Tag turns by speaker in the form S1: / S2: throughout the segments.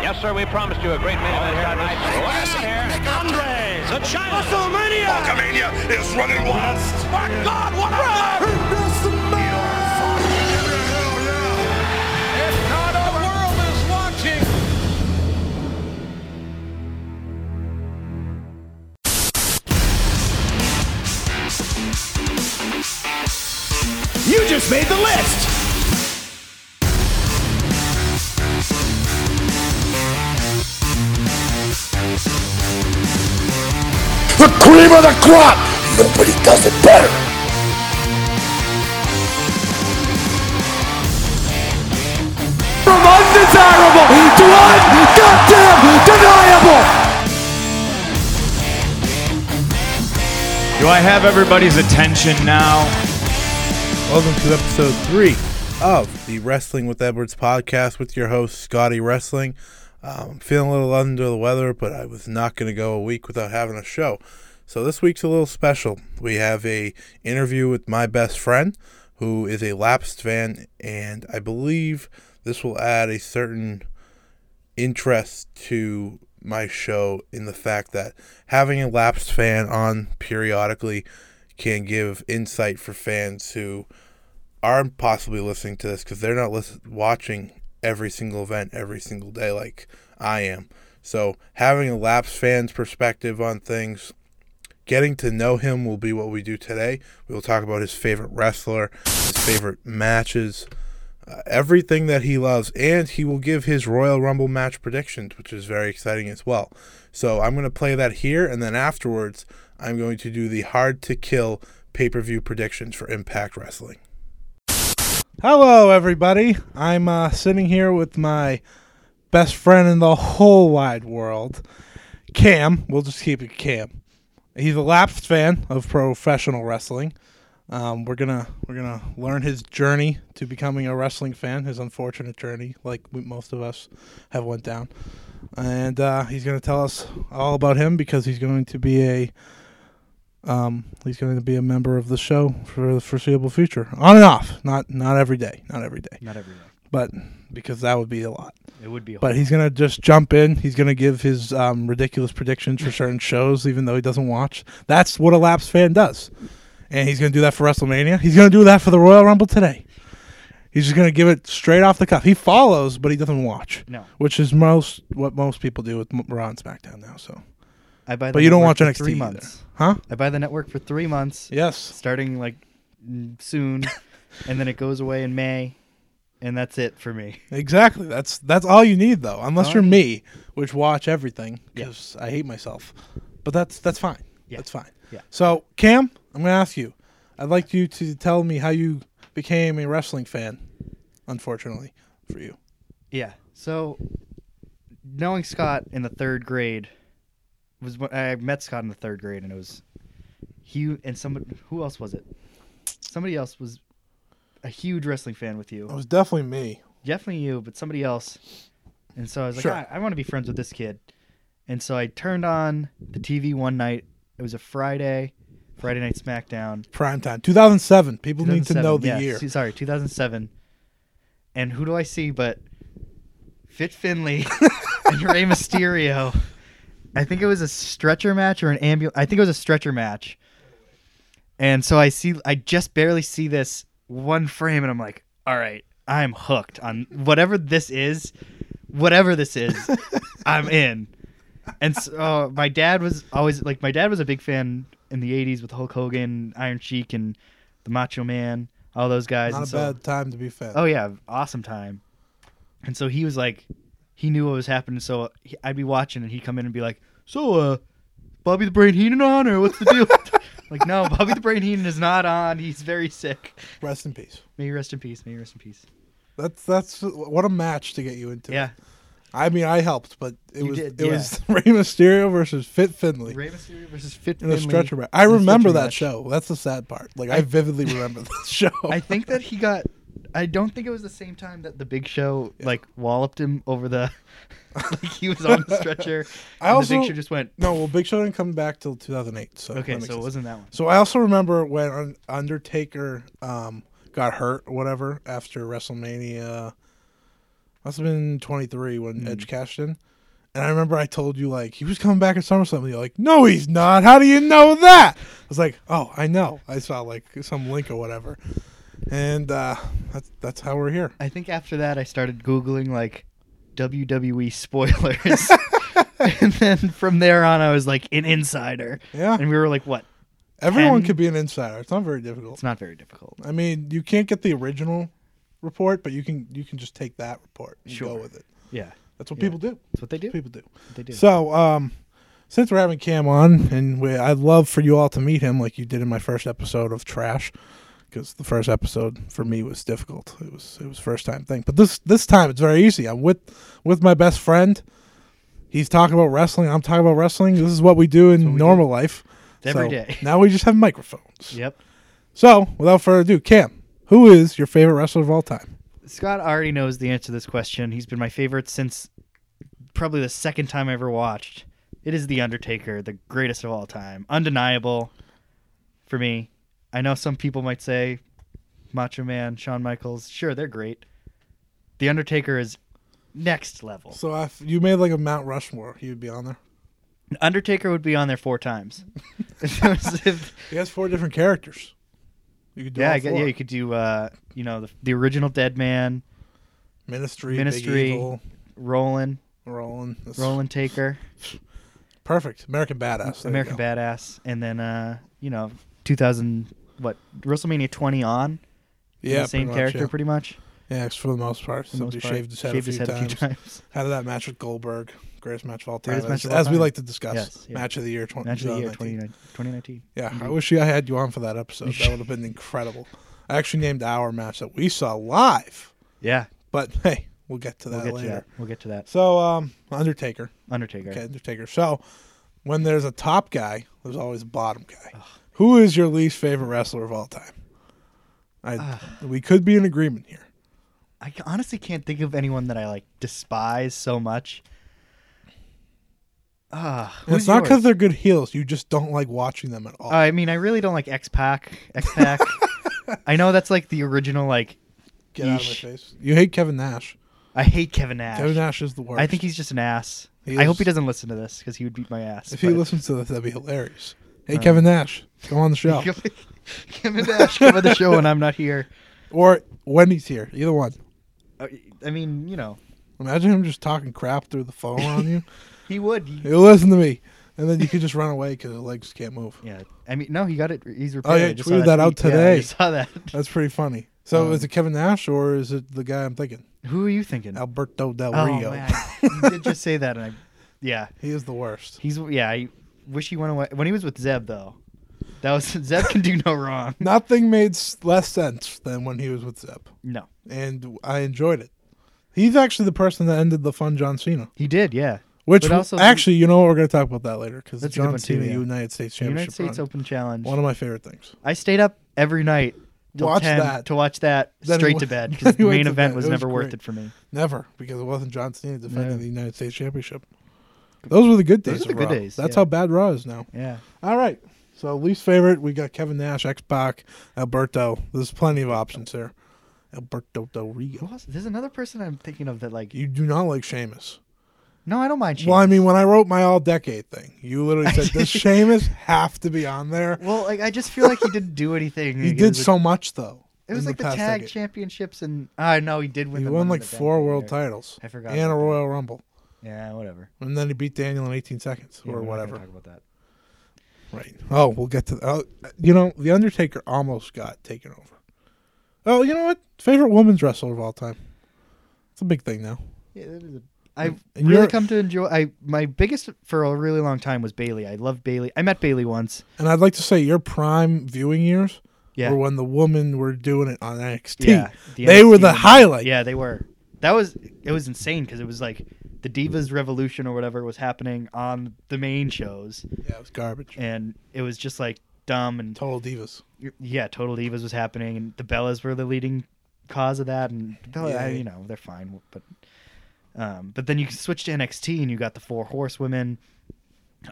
S1: Yes, sir, we promised you a great main event here tonight. Right here, Andre the Giant. WrestleMania.
S2: Hulkamania is running wild. My God, what a
S3: You just made the list.
S2: The cream of the crop. Nobody does it better.
S3: From undesirable to goddamn deniable.
S4: Do I have everybody's attention now?
S5: Welcome to episode three of the Wrestling with Edwards podcast with your host, Scotty Wrestling. Um, I'm feeling a little under the weather, but I was not going to go a week without having a show. So this week's a little special. We have a interview with my best friend, who is a lapsed fan, and I believe this will add a certain interest to my show in the fact that having a lapsed fan on periodically can give insight for fans who are possibly listening to this because they're not listen- watching every single event every single day like I am. So having a lapsed fan's perspective on things, getting to know him will be what we do today. We will talk about his favorite wrestler, his favorite matches, uh, everything that he loves, and he will give his Royal Rumble match predictions, which is very exciting as well. So I'm going to play that here, and then afterwards, I'm going to do the hard to kill pay per view predictions for Impact Wrestling. Hello, everybody. I'm uh, sitting here with my best friend in the whole wide world, Cam. We'll just keep it Cam. He's a lapsed fan of professional wrestling. Um, we're gonna we're gonna learn his journey to becoming a wrestling fan, his unfortunate journey, like we, most of us have went down, and uh, he's gonna tell us all about him because he's going to be a um, he's going to be a member of the show for the foreseeable future, on and off, not not every day, not every day,
S4: Not everything.
S5: but because that would be a lot.
S4: It would be.
S5: But he's gonna just jump in. He's gonna give his um, ridiculous predictions for certain shows, even though he doesn't watch. That's what a lapsed fan does, and he's gonna do that for WrestleMania. He's gonna do that for the Royal Rumble today. He's just gonna give it straight off the cuff. He follows, but he doesn't watch.
S4: No.
S5: which is most what most people do with M- Raw and SmackDown now. So,
S6: I buy the
S5: but you don't
S6: network
S5: watch
S6: for
S5: NXT
S6: three
S5: either.
S6: months.
S5: huh?
S6: I buy the network for three months,
S5: Yes.
S6: starting like mm, soon, and then it goes away in May, and that's it for me.
S5: Exactly. That's that's all you need though, unless
S6: All
S5: you're
S6: right.
S5: me, which watch everything
S6: Yeah.
S5: because I hate myself. But that's that's fine.
S6: Yeah.
S5: That's fine.
S6: Yeah.
S5: So Cam, I'm gonna ask you. I'd like you to tell me how you became a wrestling fan. Unfortunately for you.
S6: Yeah. So, knowing Scott in the third grade was when I met Scott in the third grade, and it was he and somebody who else was it? Somebody else was a huge wrestling fan with you.
S5: It was definitely me.
S6: definitely you, but somebody else. And so I was like,
S5: Sure.
S6: "Ah, I, want to be friends with this kid. And so I turned on the TV one night. It was a Friday, Friday Night SmackDown.
S5: Prime time. 2007. People need to
S6: 2007,
S5: know the
S6: yeah,
S5: year.
S6: s- Sorry, 2007. And who do I see but Fit Finley and Rey Mysterio? I think it was a stretcher match or an ambulance. I think it was a stretcher match. And so I see, I just barely see this one frame, and I'm like, all right, I'm hooked on whatever this is, whatever this is, I'm in. And so uh, my dad was always like, my dad was a big fan in the '80s with Hulk Hogan, Iron Sheik, and the Macho Man, all those guys.
S5: Not
S6: and
S5: a
S6: so,
S5: bad time to be fan.
S6: Oh yeah, awesome time. And so he was like, he knew what was happening. So he, I'd be watching, and he'd come in and be like, "So, uh, Bobby the Brain Heenan on, or what's the deal?" like, no, Bobby the Brain Heenan is not on. He's very sick.
S5: Rest in peace.
S6: May you rest in peace. May you rest in peace.
S5: That's that's what a match to get you into.
S6: Yeah,
S5: I mean, I helped, but it
S6: You
S5: was
S6: did,
S5: it
S6: yeah.
S5: was Rey Mysterio versus Fit Finley.
S6: Rey Mysterio versus Fit
S5: In a
S6: Finley
S5: stretcher match. I
S6: in a
S5: remember
S6: stretcher
S5: that
S6: match.
S5: show. That's the sad part. Like I, vividly remember that show.
S6: I think that he got. I don't think it was the same time that the Big Show like walloped him over the. like he was on the stretcher.
S5: I
S6: and the
S5: also-
S6: Big Show just went.
S5: no, well, Big Show didn't come back till 2008. So that
S6: Okay,
S5: makes
S6: so it
S5: sense.
S6: wasn't that one.
S5: So I also remember when Un- Undertaker um, got hurt or whatever after WrestleMania. Must have been 23 when
S6: Hmm.
S5: Edge cashed in. And I remember I told you, like, he was coming back at SummerSlam. And you're like, no, he's not. How do you know that? I was like, oh, I know. I saw, like, some link or whatever. And uh, that's, that's how we're here.
S6: I think after that, I started Googling like WWE spoilers. and then from there on, I was like an insider.
S5: Yeah.
S6: And we were like, what?
S5: Everyone
S6: Ken-
S5: could be an insider. It's not very difficult.
S6: It's not very difficult.
S5: I mean, you can't get the original report, but you can you can just take that report and go
S6: Sure.
S5: with it.
S6: Yeah.
S5: That's what
S6: Yeah.
S5: people do.
S6: That's what they do.
S5: People do.
S6: They do.
S5: So, um, since we're having Cam on, and we, I'd love for you all to meet him, like you did in my first episode of Trash, because the first episode for me was difficult. It was it was first time thing, but this this time it's very easy. I'm with with my best friend. He's talking about wrestling. I'm talking about wrestling. This is what we do in normal life.
S6: It's every
S5: So
S6: day.
S5: Now we just have microphones.
S6: Yep.
S5: So, without further ado, Cam, who is your favorite wrestler of all time?
S6: Scott already knows the answer to this question. He's been my favorite since probably the second time I ever watched. It is The Undertaker, the greatest of all time. Undeniable for me. I know some people might say Macho Man, Shawn Michaels. Sure, they're great. The Undertaker is next level.
S5: So, if you made like a Mount Rushmore, he would be on there.
S6: Undertaker would be on there four times. If it was- if-
S5: He has four different characters. You could do
S6: yeah,
S5: all
S6: I gu-
S5: four.
S6: yeah, you could do uh, you know the, the original Dead Man,
S5: Ministry, Ministry,
S6: Ministry.
S5: Big Evil,
S6: Roland,
S5: Roland. That's
S6: Roland Taker.
S5: Perfect. American Badass. There you
S6: American
S5: go.
S6: Badass, and then uh, you know, 2000 what WrestleMania 20 on
S5: Yeah,
S6: the same
S5: pretty much,
S6: character
S5: yeah.
S6: pretty much.
S5: Yeah, it's for the most part.
S6: the most
S5: Somebody
S6: part.
S5: shaved his head,
S6: Shaved
S5: a, few
S6: his head a few times.
S5: How did that match with Goldberg? Greatest match of all time.
S6: Greatest match
S5: as
S6: of all
S5: as we
S6: time.
S5: like to discuss.
S6: Yes, yeah.
S5: Match of the year 20,
S6: Match of the year Mm-hmm.
S5: 2019.
S6: 2019. 2019.
S5: Yeah, I wish I had you on for that episode. That would have been incredible. I actually named our match that we saw live,
S6: Yeah,
S5: but hey, we'll get to that
S6: we'll get
S5: later.
S6: to that. We'll get to that.
S5: So, um, Undertaker.
S6: Undertaker.
S5: Okay, Undertaker. So, when there's a top guy, there's always a bottom guy. Who is your least favorite wrestler of all time? I, we could be in agreement here.
S6: I ca- honestly can't think of anyone that I like despise so much. Ah,
S5: And
S6: who's
S5: it's not because
S6: yours? Uh,
S5: they're good heels. You just don't like watching them at all.
S6: I mean, I really don't like X Pac. X Pac. I know that's like the original. Like,
S5: Get out of my
S6: yeesh.
S5: face. You hate Kevin Nash.
S6: I hate Kevin Nash.
S5: Kevin Nash is the worst.
S6: I think he's just an ass.
S5: He
S6: I hope
S5: is.
S6: he doesn't listen to this because he would beat my ass.
S5: If he
S6: but- Uh.
S5: listens to this, that'd be hilarious. Hey, Kevin Nash, come on the show.
S6: Kevin Nash, come on the show when I'm not here.
S5: or when he's here, either one.
S6: Uh, I mean, you know,
S5: Imagine him just talking crap through the phone on you.
S6: he would. He-
S5: You listen to me, and then you could just run away because the legs can't move.
S6: yeah, I mean, no, he got it. He's
S5: Oh,
S6: repaired.
S5: yeah,
S6: I
S5: he
S6: just saw
S5: tweeted that out
S6: tweet. Yeah,
S5: today.
S6: I saw that.
S5: That's pretty funny. So
S6: Um,
S5: is it Kevin Nash or is it the guy I'm thinking?
S6: Who are you thinking?
S5: Alberto Del
S6: oh
S5: Rio.
S6: man, you did just say that, and I, yeah,
S5: He is the worst.
S6: he's yeah. I wish he went away when he was with Zeb though. That was Zeb can do no wrong.
S5: Nothing made s- less sense than when he was with Zeb,
S6: No,
S5: and I enjoyed it. He's actually the person that ended the fun John Cena,
S6: he did. Yeah,
S5: which
S6: But
S5: w-
S6: also-
S5: actually, you know, what, we're going to talk about that later because
S6: That's a good
S5: John
S6: one too,
S5: Cena
S6: yeah.
S5: United States Championship.
S6: United States
S5: run.
S6: Open Challenge.
S5: One of my favorite things.
S6: I stayed up every night. Till
S5: Watch
S6: 10
S5: that.
S6: to watch that
S5: Then he
S6: straight
S5: went-
S6: to bed
S5: then
S6: because
S5: he
S6: the
S5: went
S6: main
S5: to
S6: event
S5: bed.
S6: was
S5: It was
S6: never worth
S5: great.
S6: it for me.
S5: Never, because it wasn't John Cena defending
S6: No.
S5: the United States Championship. Those were the good days.
S6: Those were
S5: of
S6: the good
S5: Raw.
S6: days,
S5: That's
S6: yeah.
S5: how bad Raw is now.
S6: Yeah.
S5: All right. So least favorite, we got Kevin Nash, X Pac, Alberto. There's plenty of options there. Alberto
S6: Who
S5: Del Rio.
S6: else? There's another person I'm thinking of that like.
S5: You do not like Sheamus.
S6: No, I don't mind. Sheamus.
S5: Well, I mean, when I wrote my all decade thing, you literally said, Does Sheamus have to be on there?
S6: well, like I just feel like he didn't do anything.
S5: He
S6: Like, it
S5: did
S6: was like-
S5: so much though.
S6: It was
S5: in
S6: like the,
S5: past
S6: tag
S5: decade.
S6: championships, and I know he did win.
S5: He
S6: the Money
S5: won
S6: in
S5: like
S6: the Bank
S5: four
S6: that
S5: world
S6: year.
S5: titles.
S6: I forgot
S5: And a
S6: about that.
S5: Royal Rumble.
S6: Yeah, whatever.
S5: And then he beat Daniel in 18 seconds
S6: Yeah,
S5: or
S6: we're not gonna
S5: whatever.
S6: Talk about that.
S5: Right. Oh, we'll get to that. Oh, you know, The Undertaker almost got taken over. Oh, you know what? Favorite women's wrestler of all time. It's a big thing now.
S6: Yeah, that is a. I've
S5: and
S6: really
S5: you're-
S6: come to enjoy. I my biggest for a really long time was Bailey. I loved Bailey. I met Bailey once.
S5: And I'd like to say your prime viewing years
S6: Yeah.
S5: were when the women were doing it on NXT.
S6: Yeah, the
S5: they were
S6: NXT
S5: the
S6: women.
S5: highlight.
S6: Yeah, they were. That was it was insane because it was like the Divas Revolution or whatever was happening on the main shows,
S5: Yeah, it was garbage.
S6: and it was just like dumb and
S5: Total divas.
S6: yeah, Total Divas was happening, and the Bellas were the leading cause of that, and the Bella,
S5: Yeah.
S6: you know, they're fine, but um, but then you switch to NXT, and you got the Four Horsewomen,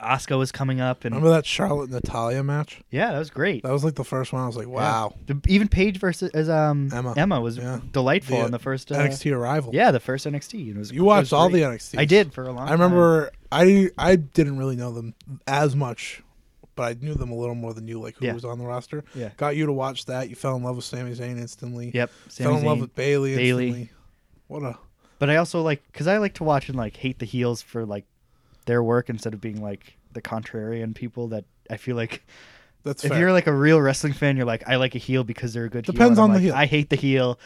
S6: Oscar was coming up, and
S5: Remember that Charlotte Natalia match?
S6: yeah, that was great.
S5: That was like the first one. I was like,
S6: Yeah.
S5: wow.
S6: The, even Paige versus as um
S5: Emma.
S6: Emma, was
S5: Yeah.
S6: delightful
S5: The,
S6: in the first uh,
S5: NXT arrival.
S6: Yeah, the first NXT. and It was, it
S5: You
S6: was
S5: watched all the
S6: great.
S5: NXTs.
S6: I did for a long.
S5: I remember I I didn't really know them as much, but I knew them a little more than you, like who
S6: Yeah.
S5: was on the roster.
S6: Yeah.
S5: Got you to watch that. You fell in love with Sami Zayn instantly.
S6: Yep,
S5: fell
S6: Sami
S5: in love
S6: Zayn,
S5: with Bailey
S6: Bayley.
S5: instantly. What a
S6: time. But I also like because I like to watch and like hate the heels for like their work instead of being like the contrarian people that I feel like
S5: that's
S6: if
S5: fair.
S6: you're like a real wrestling fan, you're like I like a heel because they're a good. heel,"
S5: Depends
S6: and I'm
S5: on the
S6: like,
S5: heel.
S6: I hate the heel,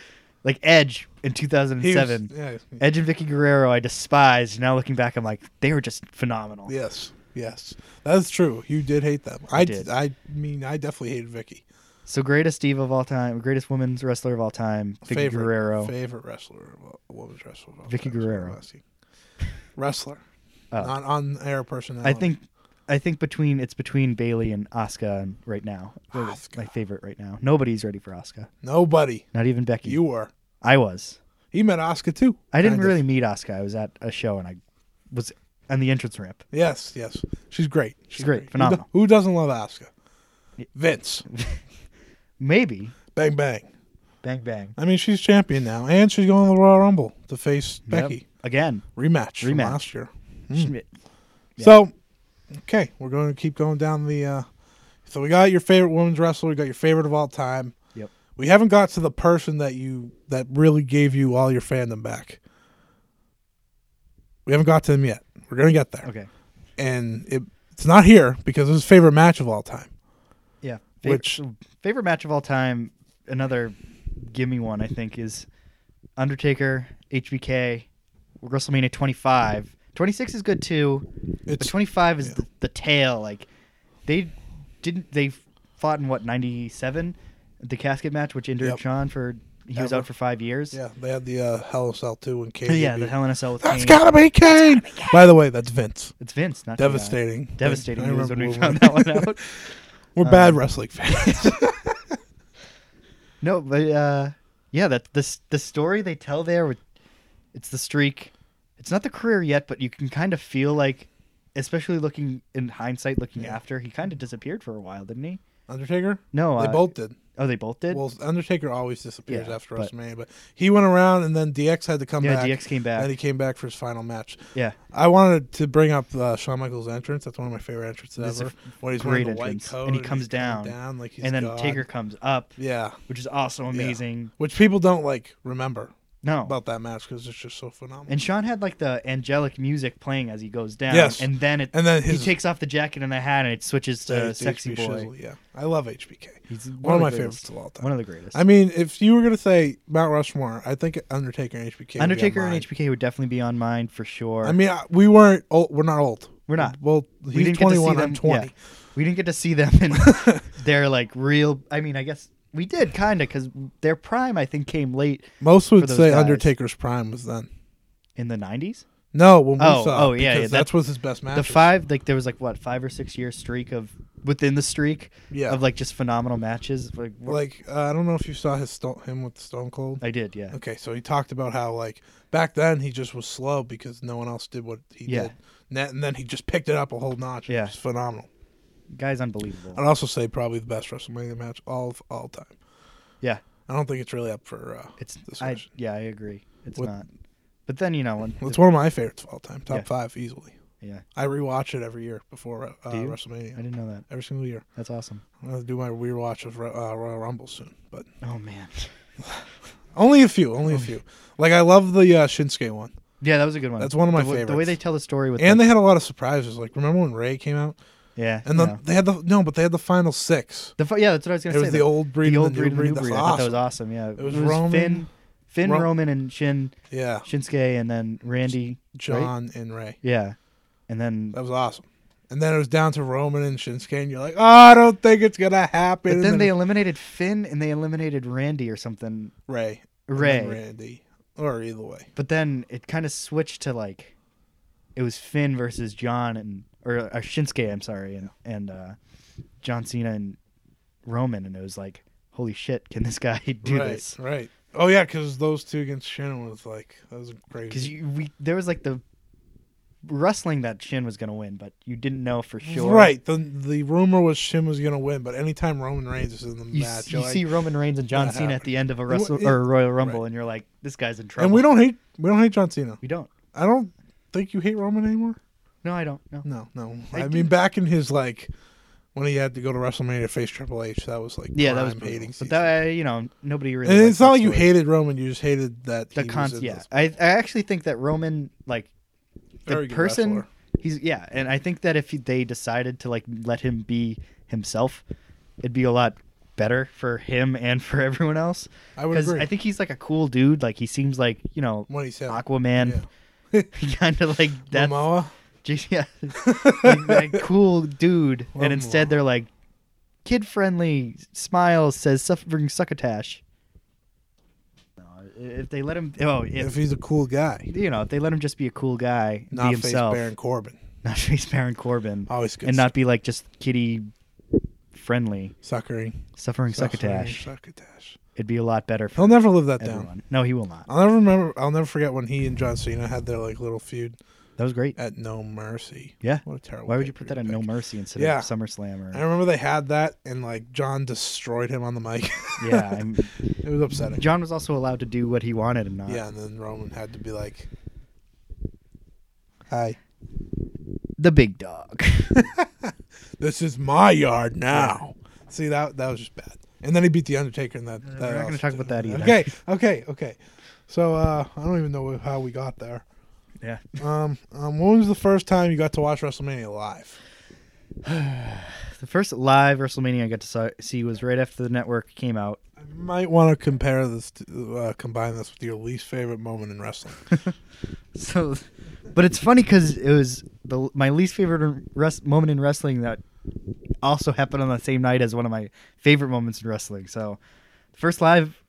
S6: like Edge in
S5: He was-
S6: 2007.
S5: yeah,
S6: Edge and Vicky Guerrero, I despised. Now looking back, I'm like they were just phenomenal.
S5: yes, yes, that's true. You did hate them. I, d-
S6: did.
S5: I mean, I definitely hated Vicky.
S6: So greatest diva of all time, greatest women's wrestler of all time, Vicky
S5: favorite,
S6: Guerrero.
S5: favorite wrestler, well, women's wrestler. of all
S6: Vicky
S5: time, is what I'm
S6: Guerrero.
S5: asking. wrestler,
S6: Oh.
S5: not on air personality.
S6: I think, I think between it's between Bailey and Asuka and right now. They're
S5: Asuka.
S6: My favorite right now. Nobody's ready for Asuka.
S5: nobody.
S6: Not even Becky.
S5: You were.
S6: I was.
S5: He met Oscar too.
S6: I didn't
S5: kind of.
S6: really meet Asuka. I was at a show and I was on the entrance ramp.
S5: Yes, yes. She's great. She's
S6: great.
S5: Who do-
S6: Phenomenal.
S5: Who, doesn't love Asuka? Vince.
S6: Maybe.
S5: bang, bang.
S6: Bang bang.
S5: I mean, she's champion now, and she's going to the Royal Rumble to face
S6: Yep.
S5: Becky.
S6: Again.
S5: Rematch, from
S6: Rematch.
S5: last year.
S6: Schmidt.
S5: So, okay, we're going to keep going down the. Uh, so, we got your favorite women's wrestler. We got your favorite of all time.
S6: Yep.
S5: We haven't got to the person that you that really gave you all your fandom back. We haven't got to them yet. We're going to get there.
S6: Okay.
S5: And it, it's not here because it's his favorite match of all time.
S6: Yeah.
S5: Which-
S6: favorite match of all time? Another gimme one I think is Undertaker HBK WrestleMania 25. 26 is good too.
S5: It's
S6: but 25 is the, the tail. Like they didn't they fought in what 97 the casket match which injured
S5: Yep.
S6: Sean for he was
S5: Ever.
S6: out for 5 years.
S5: Yeah, they had the uh, Hell in a Cell 2 and Kane.
S6: Yeah, the Hell in a Cell with
S5: That's
S6: Kane.
S5: gotta be Kane! By the way, that's Vince.
S6: It's Vince, not Sean.
S5: Devastating.
S6: Devastating
S5: I
S6: news when
S5: remember
S6: we
S5: when
S6: found that one out. Um,
S5: We're bad wrestling fans.
S6: No, but uh, yeah, that this the story they tell there with it's the streak. It's not the career yet, but you can kind of feel like, especially looking in hindsight, looking after, he kind of disappeared for a while, didn't he?
S5: Undertaker?
S6: No,
S5: They
S6: uh,
S5: both did.
S6: Oh, they both did.
S5: Well, Undertaker always disappears
S6: Yeah,
S5: after
S6: but-
S5: WrestleMania, but he went around and then DX had to come
S6: Yeah,
S5: back.
S6: DX came back.
S5: And he came back for his final match.
S6: yeah,
S5: I wanted to bring up uh, Shawn Michaels' entrance. That's one of my favorite entrances
S6: That's a
S5: ever.
S6: f-
S5: When he's wearing
S6: great
S5: the white
S6: entrance,
S5: coat
S6: and he
S5: he's
S6: comes down,
S5: coming down like he's
S6: and then
S5: God.
S6: Taker comes up,
S5: Yeah,
S6: which is also
S5: yeah.
S6: amazing.
S5: Which people don't like remember
S6: No,
S5: about that match because it's just so phenomenal.
S6: and Sean had like the angelic music playing as he goes down.
S5: Yes.
S6: and then it
S5: And then
S6: he
S5: his-
S6: takes off the jacket and the hat, and it switches to
S5: Uh,
S6: sexy
S5: HB
S6: boy.
S5: Shizzle, yeah, I love HBK.
S6: He's
S5: one of
S6: the
S5: my
S6: greatest.
S5: favorites of all time.
S6: One of the greatest.
S5: I mean, if you were gonna say Mount Rushmore, I think Undertaker and HBK. would be on
S6: Undertaker and
S5: mine.
S6: HBK would definitely be on mine for sure.
S5: I mean, I- we weren't. Old, we're not old.
S6: We're not.
S5: Well,
S6: we
S5: he's
S6: didn't get to
S5: twenty
S6: see
S5: one.
S6: them.
S5: I'm twenty.
S6: yeah. We didn't get to see them in their like real. I mean, I guess we did kind of because their prime I think came late
S5: Most
S6: For
S5: would
S6: those
S5: say
S6: guys.
S5: Undertaker's prime was then.
S6: in the '90s.
S5: No, when we
S6: Oh,
S5: saw.
S6: oh,
S5: it,
S6: yeah, yeah,
S5: because
S6: that-
S5: that's was his best match.
S6: The five like there was like what five or six year streak of within the streak
S5: Yeah.
S6: of like just phenomenal matches. Like, wh-
S5: Like uh, I don't know if you saw his sto- him with Stone Cold.
S6: I did, yeah.
S5: Okay, so he talked about how like back then he just was slow because no one else did what he
S6: Yeah.
S5: did, and, that- and then he just picked it up a whole notch.
S6: Yeah.
S5: it's phenomenal.
S6: Guy's unbelievable.
S5: I'd also say probably the best WrestleMania match all of all time.
S6: Yeah,
S5: I don't think it's really up for uh,
S6: it's I,
S5: discussion.
S6: yeah I agree. It's
S5: What-
S6: not. But then you know when
S5: it's one of my favorites of all time, top
S6: Yeah.
S5: five easily.
S6: yeah
S5: I rewatch it every year before uh,
S6: Do you? I
S5: WrestleMania.
S6: didn't know that.
S5: Every single year.
S6: That's awesome.
S5: I'm gonna do my rewatch of Ro- uh, Royal Rumble soon, but
S6: Oh man.
S5: only a few,
S6: Oh.
S5: only a few. Like I love the uh, Shinsuke one,
S6: Yeah, that was a good one.
S5: That's one of my
S6: the, wa- The way
S5: favorites.
S6: they tell the story with
S5: and
S6: the,
S5: they had a lot of surprises. Like remember when Ray came out,
S6: yeah
S5: and then
S6: no.
S5: they had the no, but they had the final six.
S6: The fu- yeah, that's what I was gonna
S5: It
S6: say.
S5: was the old breed and
S6: the old
S5: the
S6: breed,
S5: new
S6: and the
S5: breed.
S6: new
S5: That's
S6: breed. I thought that was awesome. Yeah,
S5: It was Roman,
S6: Finn, Finn
S5: Ro-
S6: Roman, and Shin
S5: Yeah,
S6: Shinsuke, and then Randy, right?
S5: John and Ray.
S6: Yeah, and then
S5: That was awesome. And then it was down to Roman and Shinsuke, and you're like, oh, I don't think it's gonna happen.
S6: but
S5: And
S6: then they eliminated Finn and they eliminated Randy or something.
S5: Ray, and
S6: Ray,
S5: then Randy, or either way.
S6: but then it kind of switched to like it was Finn versus John and or, uh Shinsuke. I'm sorry, and and uh, John Cena and Roman, and it was like, holy shit, can this guy do
S5: right,
S6: this?
S5: Right. Oh yeah, because those two against Shannon was like that was crazy.
S6: because we there was like the wrestling that Shin was going to win, but you didn't know for sure.
S5: Right. The the rumor was Shin was gonna win, but anytime Roman Reigns is in the
S6: You,
S5: match,
S6: s-
S5: you're
S6: you
S5: like- Uh-huh.
S6: see Roman Reigns and John
S5: that
S6: Cena at the end of a wrestle
S5: it-
S6: or a Royal Rumble, and you're like, this guy's in trouble.
S5: and we don't hate we don't hate John Cena.
S6: We don't.
S5: I don't think you hate Roman anymore.
S6: No, I don't. No.
S5: No, no.
S6: I
S5: I,
S6: do.
S5: mean, back in his like when he had to go to WrestleMania to face Triple H, that was like
S6: Yeah, that was
S5: prime
S6: brutal.
S5: hating.
S6: But
S5: season.
S6: that, you know, nobody really.
S5: and
S6: liked
S5: it's not
S6: that
S5: like you
S6: story.
S5: hated Roman; you just hated that
S6: the
S5: he was
S6: con.
S5: in
S6: Yeah,
S5: this
S6: I, I actually think that Roman like
S5: Very
S6: the
S5: good
S6: person
S5: wrestler.
S6: he's yeah, and I think that if they decided to like let him be himself, it'd be a lot better for him and for everyone else.
S5: I would
S6: 'Cause
S5: agree.
S6: I think he's like a cool dude. Like he seems like you know
S5: What he said.
S6: Aquaman. kind of like that.
S5: Momoa.
S6: Yeah, like that cool dude.
S5: Momoa.
S6: And instead, they're like kid friendly. Smiles says suffering succotash. No, If they let him, oh,
S5: If
S6: if,
S5: he's a cool guy,
S6: you know, if they let him just be a cool guy,
S5: not
S6: be
S5: face
S6: himself,
S5: Baron Corbin,
S6: not face Baron Corbin,
S5: Always good
S6: and not be like just kitty friendly,
S5: suckering,
S6: suffering
S5: suckering,
S6: succotash.
S5: succotash.
S6: It'd be a lot better for
S5: He'll never live that
S6: everyone.
S5: down. Oh.
S6: No, he will not.
S5: I'll never remember. I'll never forget when he and John Cena had their like little feud
S6: That was great.
S5: at No Mercy.
S6: Yeah.
S5: What a terrible.
S6: Why would you put that
S5: pay-per-view
S6: in No
S5: pick.
S6: Mercy instead
S5: Yeah.
S6: of SummerSlam
S5: I
S6: or?
S5: remember they had that, and like John destroyed him on the mic.
S6: Yeah, I'm,
S5: it was upsetting.
S6: John was also allowed to do what he wanted and not.
S5: Yeah, and then Roman had to be like, "Hi,
S6: The big dog.
S5: this is my yard now." See that that was just bad. And then he beat the Undertaker in that. that
S6: we're not gonna
S5: also
S6: talk
S5: did
S6: about that
S5: it.
S6: either.
S5: Okay, okay, okay. So uh, I don't even know how we got there.
S6: yeah.
S5: Um, um, when was the first time you got to watch WrestleMania live?
S6: The first live WrestleMania I got to saw, see was right after the network came out.
S5: I might want to compare this, to, uh, combine this with your least favorite moment in wrestling.
S6: So, but it's funny because it was the my least favorite rest, moment in wrestling that also happened on the same night as one of my favorite moments in wrestling. So, the first live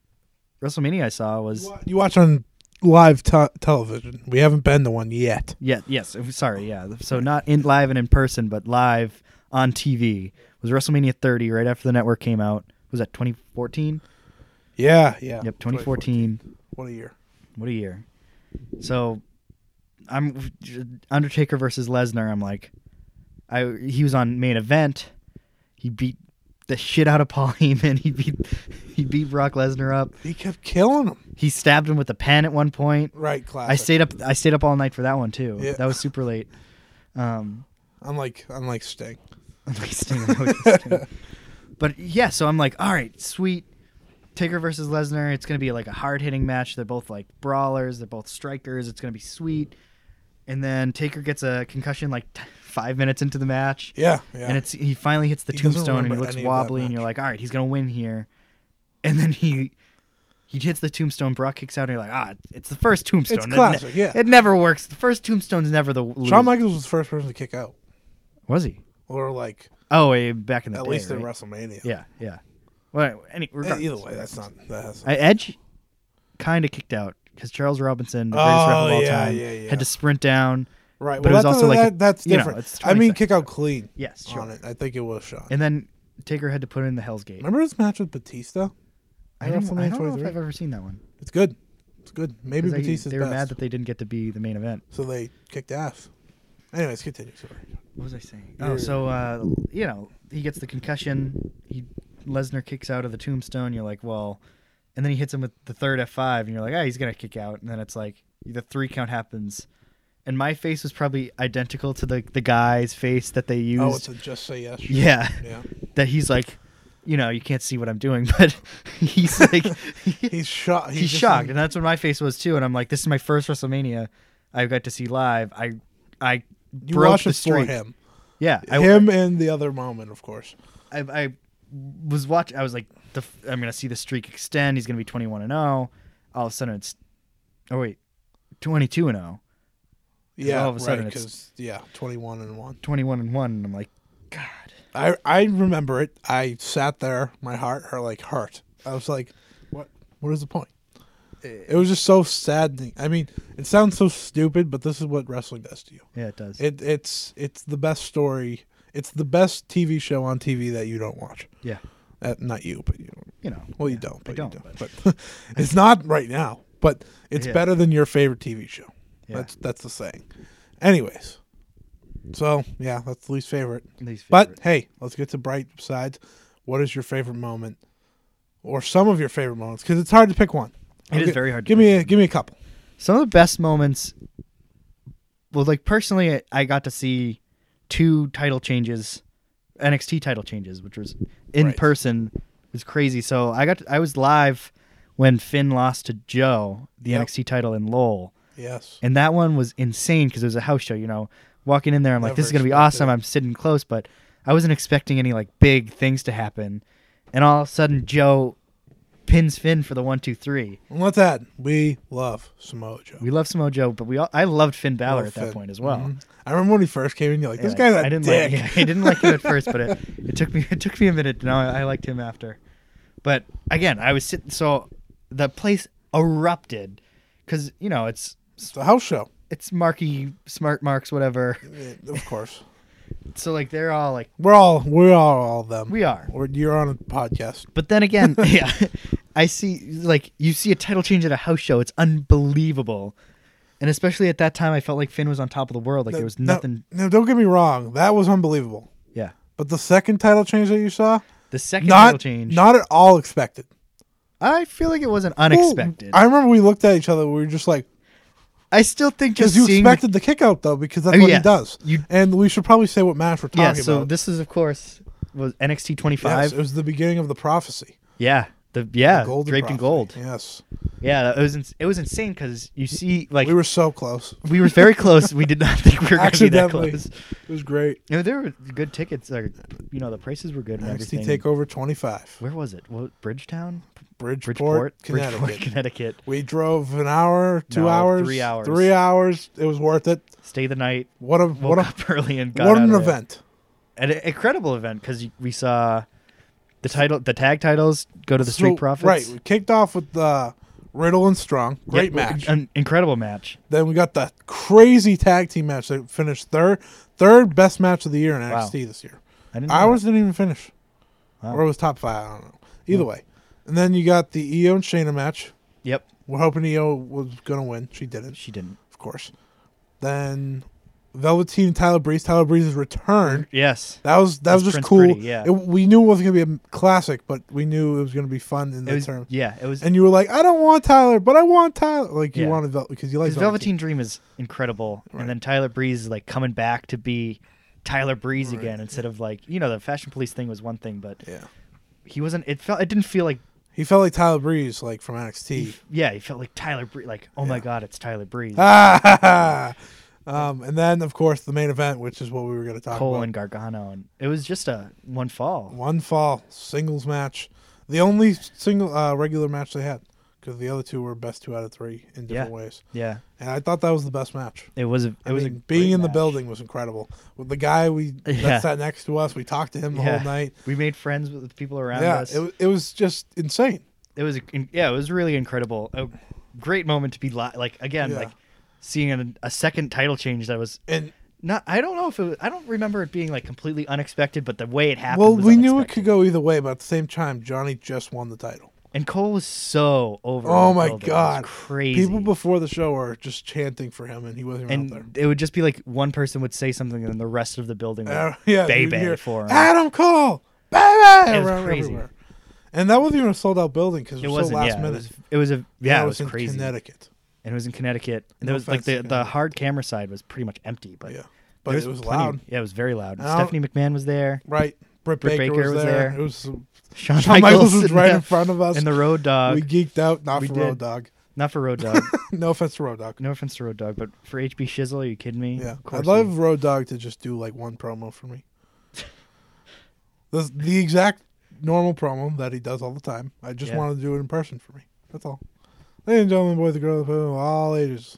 S6: WrestleMania I saw was
S5: Wa- you watch on live te- television. We haven't been to one yet.
S6: yeah yes I'm sorry yeah so not in live and in person but live on TV was WrestleMania 30 right after the network came out was that 2014
S5: Yeah, yeah.
S6: yep 2014
S5: What a year.
S6: What a year. So I'm Undertaker versus Lesnar. I'm like, I he was on main event. He beat the shit out of Paul Heyman. He beat he beat Brock Lesnar up.
S5: He kept killing him.
S6: He stabbed him with a pen at one point.
S5: Right, classic.
S6: I stayed up. I stayed up all night for that one too.
S5: Yeah.
S6: That was super late. Um,
S5: Unlike, unlike Sting.
S6: at least in the Otis team. But yeah, so I'm like, all right, sweet. Taker versus Lesnar. It's gonna be like a hard hitting match. They're both like brawlers. They're both strikers. It's gonna be sweet. And then Taker gets a concussion like t- five minutes into the match.
S5: Yeah, yeah.
S6: And it's he finally hits the
S5: He doesn't
S6: tombstone and he
S5: remember
S6: looks
S5: any of that
S6: wobbly and
S5: match.
S6: you're like, all right, he's gonna win here. And then he he hits the tombstone. Brock kicks out and you're like, ah, it's the first tombstone. It ne-
S5: classic, yeah.
S6: It never works. The first tombstone's never the.
S5: Shawn
S6: lose-
S5: Michaels was the first person to kick out,
S6: was he?
S5: or like
S6: Oh, eh, back in the
S5: at
S6: day,
S5: least
S6: right?
S5: in WrestleMania.
S6: Yeah, yeah. Well, any
S5: Eh,
S6: regardless.
S5: Either way, that's not that has
S6: I, Edge kind of kicked out because Charles Robinson, the greatest
S5: Oh,
S6: ref of all
S5: yeah,
S6: time,
S5: yeah, yeah.
S6: had to sprint down.
S5: right.
S6: but it was
S5: well, that's-
S6: also like
S5: that-
S6: a-
S5: that's
S6: you know,
S5: different.
S6: it's
S5: I
S6: 20
S5: mean,
S6: seconds.
S5: kick out clean.
S6: Yes,
S5: on
S6: sure.
S5: it. I think it was Shawn.
S6: And then Taker had to put in the Hell's Gate.
S5: Remember his match with Batista?
S6: I don't, I
S5: WrestleMania
S6: don't know if
S5: 23?
S6: I've ever seen that one.
S5: It's good. It's good. Maybe
S6: 'Cause I-
S5: Batista's
S6: they were
S5: best.
S6: mad that they didn't get to be the main event.
S5: so they kicked ass. Anyways, continue. Sorry.
S6: What was I saying? Oh, so uh, you know he gets the concussion. He Lesnar kicks out of the tombstone. You're like, well, and then he hits him with the third F5, and you're like, ah, he's gonna kick out. And then it's like the three count happens, and my face was probably identical to the the guy's face that they used.
S5: Oh, it's a just say yes. shirt.
S6: yeah,
S5: Yeah.
S6: that he's like, you know, you can't see what I'm doing, but he's like,
S5: He's shocked.
S6: he's
S5: just
S6: shocked,
S5: in-
S6: and that's what my face was too. And I'm like, this is my first WrestleMania I got to see live. I, I
S5: You
S6: broke
S5: watched
S6: the
S5: it for
S6: streak.
S5: him.
S6: Yeah, I,
S5: him and the other moment, of course.
S6: I, I was watch. I was like, the, f- I'm gonna see the streak extend. He's gonna be 21 and 0. All of a sudden, it's oh wait, 22 and oh. 0,
S5: Yeah,
S6: all of a sudden
S5: right,
S6: it's-
S5: 'cause, yeah, twenty-one and one.
S6: 21 and one. And I'm like, God,
S5: I I remember it. I sat there, my heart hurt, like hurt. I was like, what? What is the point?
S6: Eh,
S5: It was just so saddening. I mean, it sounds so stupid, but this is what wrestling does to you.
S6: yeah, it does.
S5: It it's it's the best story. It's the best TV show on TV that you don't watch.
S6: yeah,
S5: Uh, not you, but you. Don't.
S6: you know.
S5: Well, you don't. But
S6: don't,
S5: You don't. But it's not right now. But it's
S6: Yeah.
S5: better than your favorite TV show.
S6: Yeah.
S5: That's that's the saying. Anyways, so yeah, that's the least favorite.
S6: Least
S5: But
S6: favorite.
S5: hey, let's get to bright sides. What is your favorite moment, or some of your favorite moments? Because it's hard to pick one.
S6: It is
S5: Okay,
S6: very hard to
S5: Give me a, give me a couple.
S6: some of the best moments well like personally I- i got to see two title changes nxt title changes which was in
S5: Right.
S6: person it was crazy so i got to- i was live when finn lost to joe the
S5: Yep.
S6: nxt title in lowell
S5: Yes.
S6: and that one was insane because it was a house show you know walking in there i'm like this is
S5: Never
S6: going to be
S5: expected
S6: awesome
S5: it.
S6: i'm sitting close but i wasn't expecting any like big things to happen and all of a sudden joe pins finn for the one two three
S5: And with that, we love Samoa Joe.
S6: we love Samoa Joe, but we all, I loved Finn Balor
S5: Love
S6: at that
S5: Finn.
S6: point as well.
S5: Mhm. I remember when he first came in, you're like, this
S6: Yeah,
S5: guy's a
S6: I didn't
S5: dick.
S6: Like, yeah, I didn't like him at first, but it, it took me it took me a minute. Now I, I liked him after. But again, I was sitting so the place erupted because you know it's
S5: It's a house show,
S6: it's Marky Smart Marks whatever.
S5: Yeah, of course.
S6: So like they're all like
S5: We're all we're all, all them.
S6: we are.
S5: We're, you're on a podcast.
S6: But then again, yeah, I see like you see a title change at a house show. It's unbelievable. And especially at that time, I felt like Finn was on top of the world. Like there was
S5: No-
S6: nothing.
S5: No, don't get me wrong. That was unbelievable.
S6: Yeah.
S5: But the second title change that you saw,
S6: The second title
S5: not
S6: change,
S5: not at all expected.
S6: I feel like it wasn't
S5: Well,
S6: unexpected.
S5: I remember we looked at each other. We were just like,
S6: I still think just
S5: because you
S6: seeing the-
S5: expected the kick out though, because that's
S6: Oh,
S5: what
S6: yes.
S5: he does.
S6: You-
S5: and we should probably say what match we're talking
S6: yeah. So
S5: about.
S6: this is of course was NXT
S5: yes,
S6: 25.
S5: it was the beginning of the prophecy.
S6: yeah, the yeah
S5: Golden
S6: draped in
S5: prophecy.
S6: gold. Yeah,
S5: Yes,
S6: that- it was ins- it was insane because you see like
S5: we were so close.
S6: very close. We did not think we were going to be that
S5: Accidentally,
S6: close.
S5: it was great.
S6: No, there were good tickets. Like, you know, the prices were good and
S5: NXT
S6: everything.
S5: Takeover 25,
S6: Where was it? What Bridgetown,
S5: Bridgeport,
S6: Bridgeport,
S5: Connecticut.
S6: Bridgeport, Connecticut.
S5: We drove an hour, two
S6: No,
S5: hours,
S6: three hours.
S5: three hours. It was worth it.
S6: Stay the night.
S5: What a
S6: Woke
S5: what a
S6: up early and got
S5: what
S6: out
S5: an
S6: of there.
S5: event.
S6: an incredible event because we saw the title, the tag titles go to the
S5: So,
S6: Street Profits.
S5: Right. We kicked off with the Riddle and Strong. Great
S6: Yeah,
S5: match.
S6: an incredible match.
S5: then we got the crazy tag team match that finished third, third best match of the year in NXT this year.
S6: I didn't. know
S5: Ours didn't even finish,
S6: Mm. Wow. Mm.
S5: or it was top five. I don't know. Either way, and then you got the EO and Shayna match.
S6: that. Yep,
S5: We're hoping EO was gonna win. She didn't,
S6: she didn't.
S5: of course. Then Velveteen and Tyler Breeze. Tyler Breeze's return.
S6: Yes,
S5: That was that
S6: It
S5: was
S6: was Prince
S5: just cool.
S6: Pretty, yeah.
S5: It- we knew it wasn't gonna be a classic, but we knew it was gonna be fun in
S6: it
S5: the
S6: was.
S5: term.
S6: Yeah, it was.
S5: And you were like, I don't want Tyler, but I want Tyler. Like you
S6: Yeah.
S5: wanted Vel- because you like
S6: his Velveteen Dream is incredible, and then Tyler Breeze is like coming back to be Tyler Breeze again instead of like you know the Fashion Police thing was one thing, but
S5: Yeah.
S6: he wasn't. It felt it didn't feel like
S5: He felt like Tyler Breeze, like from NXT.
S6: yeah, he felt like Tyler Breeze. Like oh my god, it's Tyler Breeze,
S5: Ah, um, and then of course the main event, which is what we were going to talk
S6: Cole
S5: about.
S6: and Gargano, and it was just a one fall.
S5: One fall singles match, the only single uh, regular match they had, because the other two were best two out of three in different
S6: Yeah.
S5: ways.
S6: Yeah,
S5: And I thought that was the best match.
S6: it was. A, it
S5: I
S6: was
S5: mean,
S6: a
S5: being
S6: great
S5: in the
S6: match.
S5: building was incredible. With the guy we
S6: Yeah.
S5: that sat next to us, we talked to him the
S6: Yeah.
S5: whole night.
S6: We made friends with the people around
S5: Yeah,
S6: us.
S5: it, wa- it was just insane.
S6: it was in- yeah, it was really incredible. A great moment to be li- like again,
S5: Yeah.
S6: like seeing an, a second title change that was
S5: And
S6: not. I don't know if it. Was, I don't remember it being like completely unexpected, but the way it happened.
S5: well,
S6: was
S5: we knew it
S6: unexpected.
S5: could go either way, but at the same time, Johnny just won the title.
S6: And Cole was so over.
S5: Oh
S6: in the
S5: my
S6: building. It was
S5: god!
S6: crazy.
S5: People before the show were just chanting for him, and he wasn't even out
S6: and it would just be like one person would say something, and the rest of the building would
S5: there. Uh, yeah,
S6: baby
S5: you'd hear,
S6: for him.
S5: Adam Cole, baby,
S6: It was
S5: around
S6: crazy.
S5: everywhere. And that wasn't even a sold out building because it
S6: it
S5: was so
S6: wasn't.
S5: last
S6: yeah,
S5: minute.
S6: it was. It was a yeah.
S5: And
S6: it
S5: that
S6: was,
S5: in
S6: crazy.
S5: Connecticut.
S6: And it was in Connecticut. And
S5: No
S6: there was like
S5: offense to
S6: the, the
S5: Connecticut.
S6: hard camera side was pretty much empty, but
S5: Yeah,
S6: there
S5: but it was
S6: plenty-
S5: loud,
S6: Yeah, it was very loud. And
S5: Now-
S6: Stephanie McMahon was there.
S5: right? Britt,
S6: Britt
S5: Baker, was there. It was
S6: Shawn,
S5: Shawn Michaels was
S6: and
S5: right
S6: the-
S5: in front of us.
S6: And the Road Dog.
S5: we geeked out. Not
S6: we
S5: for
S6: did.
S5: Road Dog.
S6: Not for Road Dog.
S5: no offense to Road Dog.
S6: no offense to Road Dog, but for HB Shizzle, are you kidding me?
S5: Yeah,
S6: Of
S5: I'd
S6: course
S5: love
S6: we-
S5: Road Dog to just do like one promo for me. the, the exact normal promo that he does all the time. I just
S6: Yeah.
S5: want to do it in person for me. That's all. Ladies and gentlemen, boys and girls, all ages.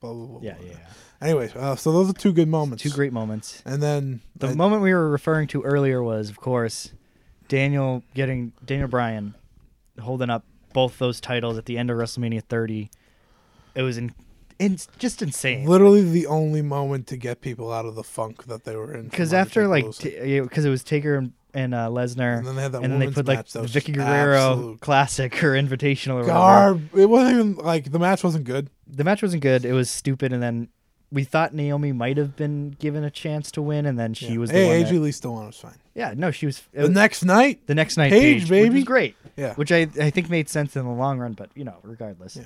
S5: Blah, blah, blah,
S6: Yeah,
S5: blah.
S6: yeah. yeah.
S5: Anyways, uh, so those are two good moments.
S6: Two great moments.
S5: And then
S6: The
S5: I-
S6: moment we were referring to earlier was, of course, Daniel getting Daniel Bryan holding up both those titles at the end of WrestleMania 30. It was in, in just insane.
S5: literally the only moment to get people out of the funk that they were in. from
S6: because after
S5: Undertaker
S6: like
S5: losing.
S6: because it was Taker and, and uh, Lesnar,
S5: And then they had that women's
S6: put
S5: match
S6: like
S5: that
S6: the
S5: was
S6: Vicky
S5: just
S6: Guerrero
S5: absolute-
S6: Classic or Invitational or whatever.
S5: garb, it wasn't even like the match wasn't good.
S6: The match wasn't good. It was stupid, and then we thought Naomi might have been given a chance to win, and then she was the
S5: hey,
S6: one.
S5: AJ
S6: that-
S5: Lee still on. It's fine.
S6: yeah, no, she was. it
S5: The
S6: was-
S5: next night,
S6: the next night,
S5: Paige,
S6: Paige, which
S5: baby.
S6: was great.
S5: Yeah.
S6: which I I think made sense in the long run, but you know, regardless.
S5: Yeah.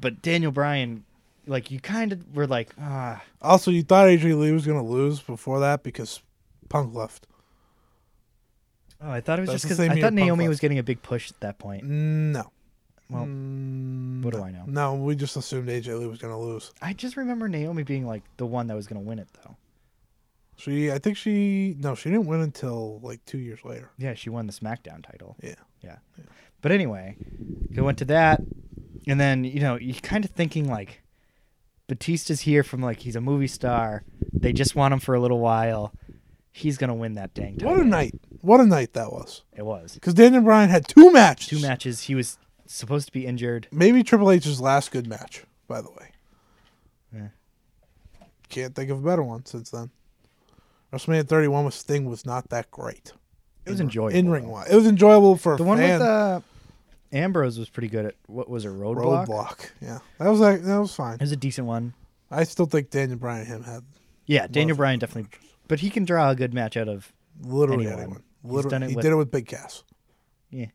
S6: But Daniel Bryan, like you kind of were like, ah,
S5: Also, you thought AJ Lee was gonna lose before that because Punk left.
S6: oh, I thought it was
S5: That's
S6: just
S5: the
S6: because
S5: same
S6: I
S5: year
S6: thought
S5: Punk
S6: Naomi
S5: left.
S6: was getting a big push at that point.
S5: No,
S6: Well, what do I know?
S5: no, we just assumed AJ Lee was gonna lose.
S6: I just remember Naomi being like the one that was gonna win it though.
S5: She, I think she, no, she didn't win until like two years later.
S6: Yeah, she won the SmackDown title.
S5: Yeah,
S6: Yeah. But anyway, I went to that, and then you know you're kind of thinking like, Batista's here from like he's a movie star. They just want him for a little while. He's gonna win that dang title.
S5: what a night! What a night that was.
S6: It was
S5: Because Daniel Bryan had two matches.
S6: two matches. He was supposed to be injured.
S5: Maybe Triple H's last good match, by the way.
S6: Yeah.
S5: Can't think of a better one since then. WrestleMania 31 with Sting was not that great.
S6: It was enjoyable.
S5: In ring one, it was enjoyable for a
S6: The one
S5: fan.
S6: with uh, Ambrose was pretty good at what was it Roadblock?
S5: Roadblock. Yeah, that was like that was fine.
S6: It was a decent one.
S5: I still think Daniel Bryan and him had
S6: Yeah, Daniel
S5: of
S6: Bryan definitely, but he can draw a good match out of.
S5: literally
S6: Anyone.
S5: anyone.
S6: He's
S5: Literally,
S6: done it
S5: he
S6: with-
S5: did it with Big Cass.
S6: Yeah.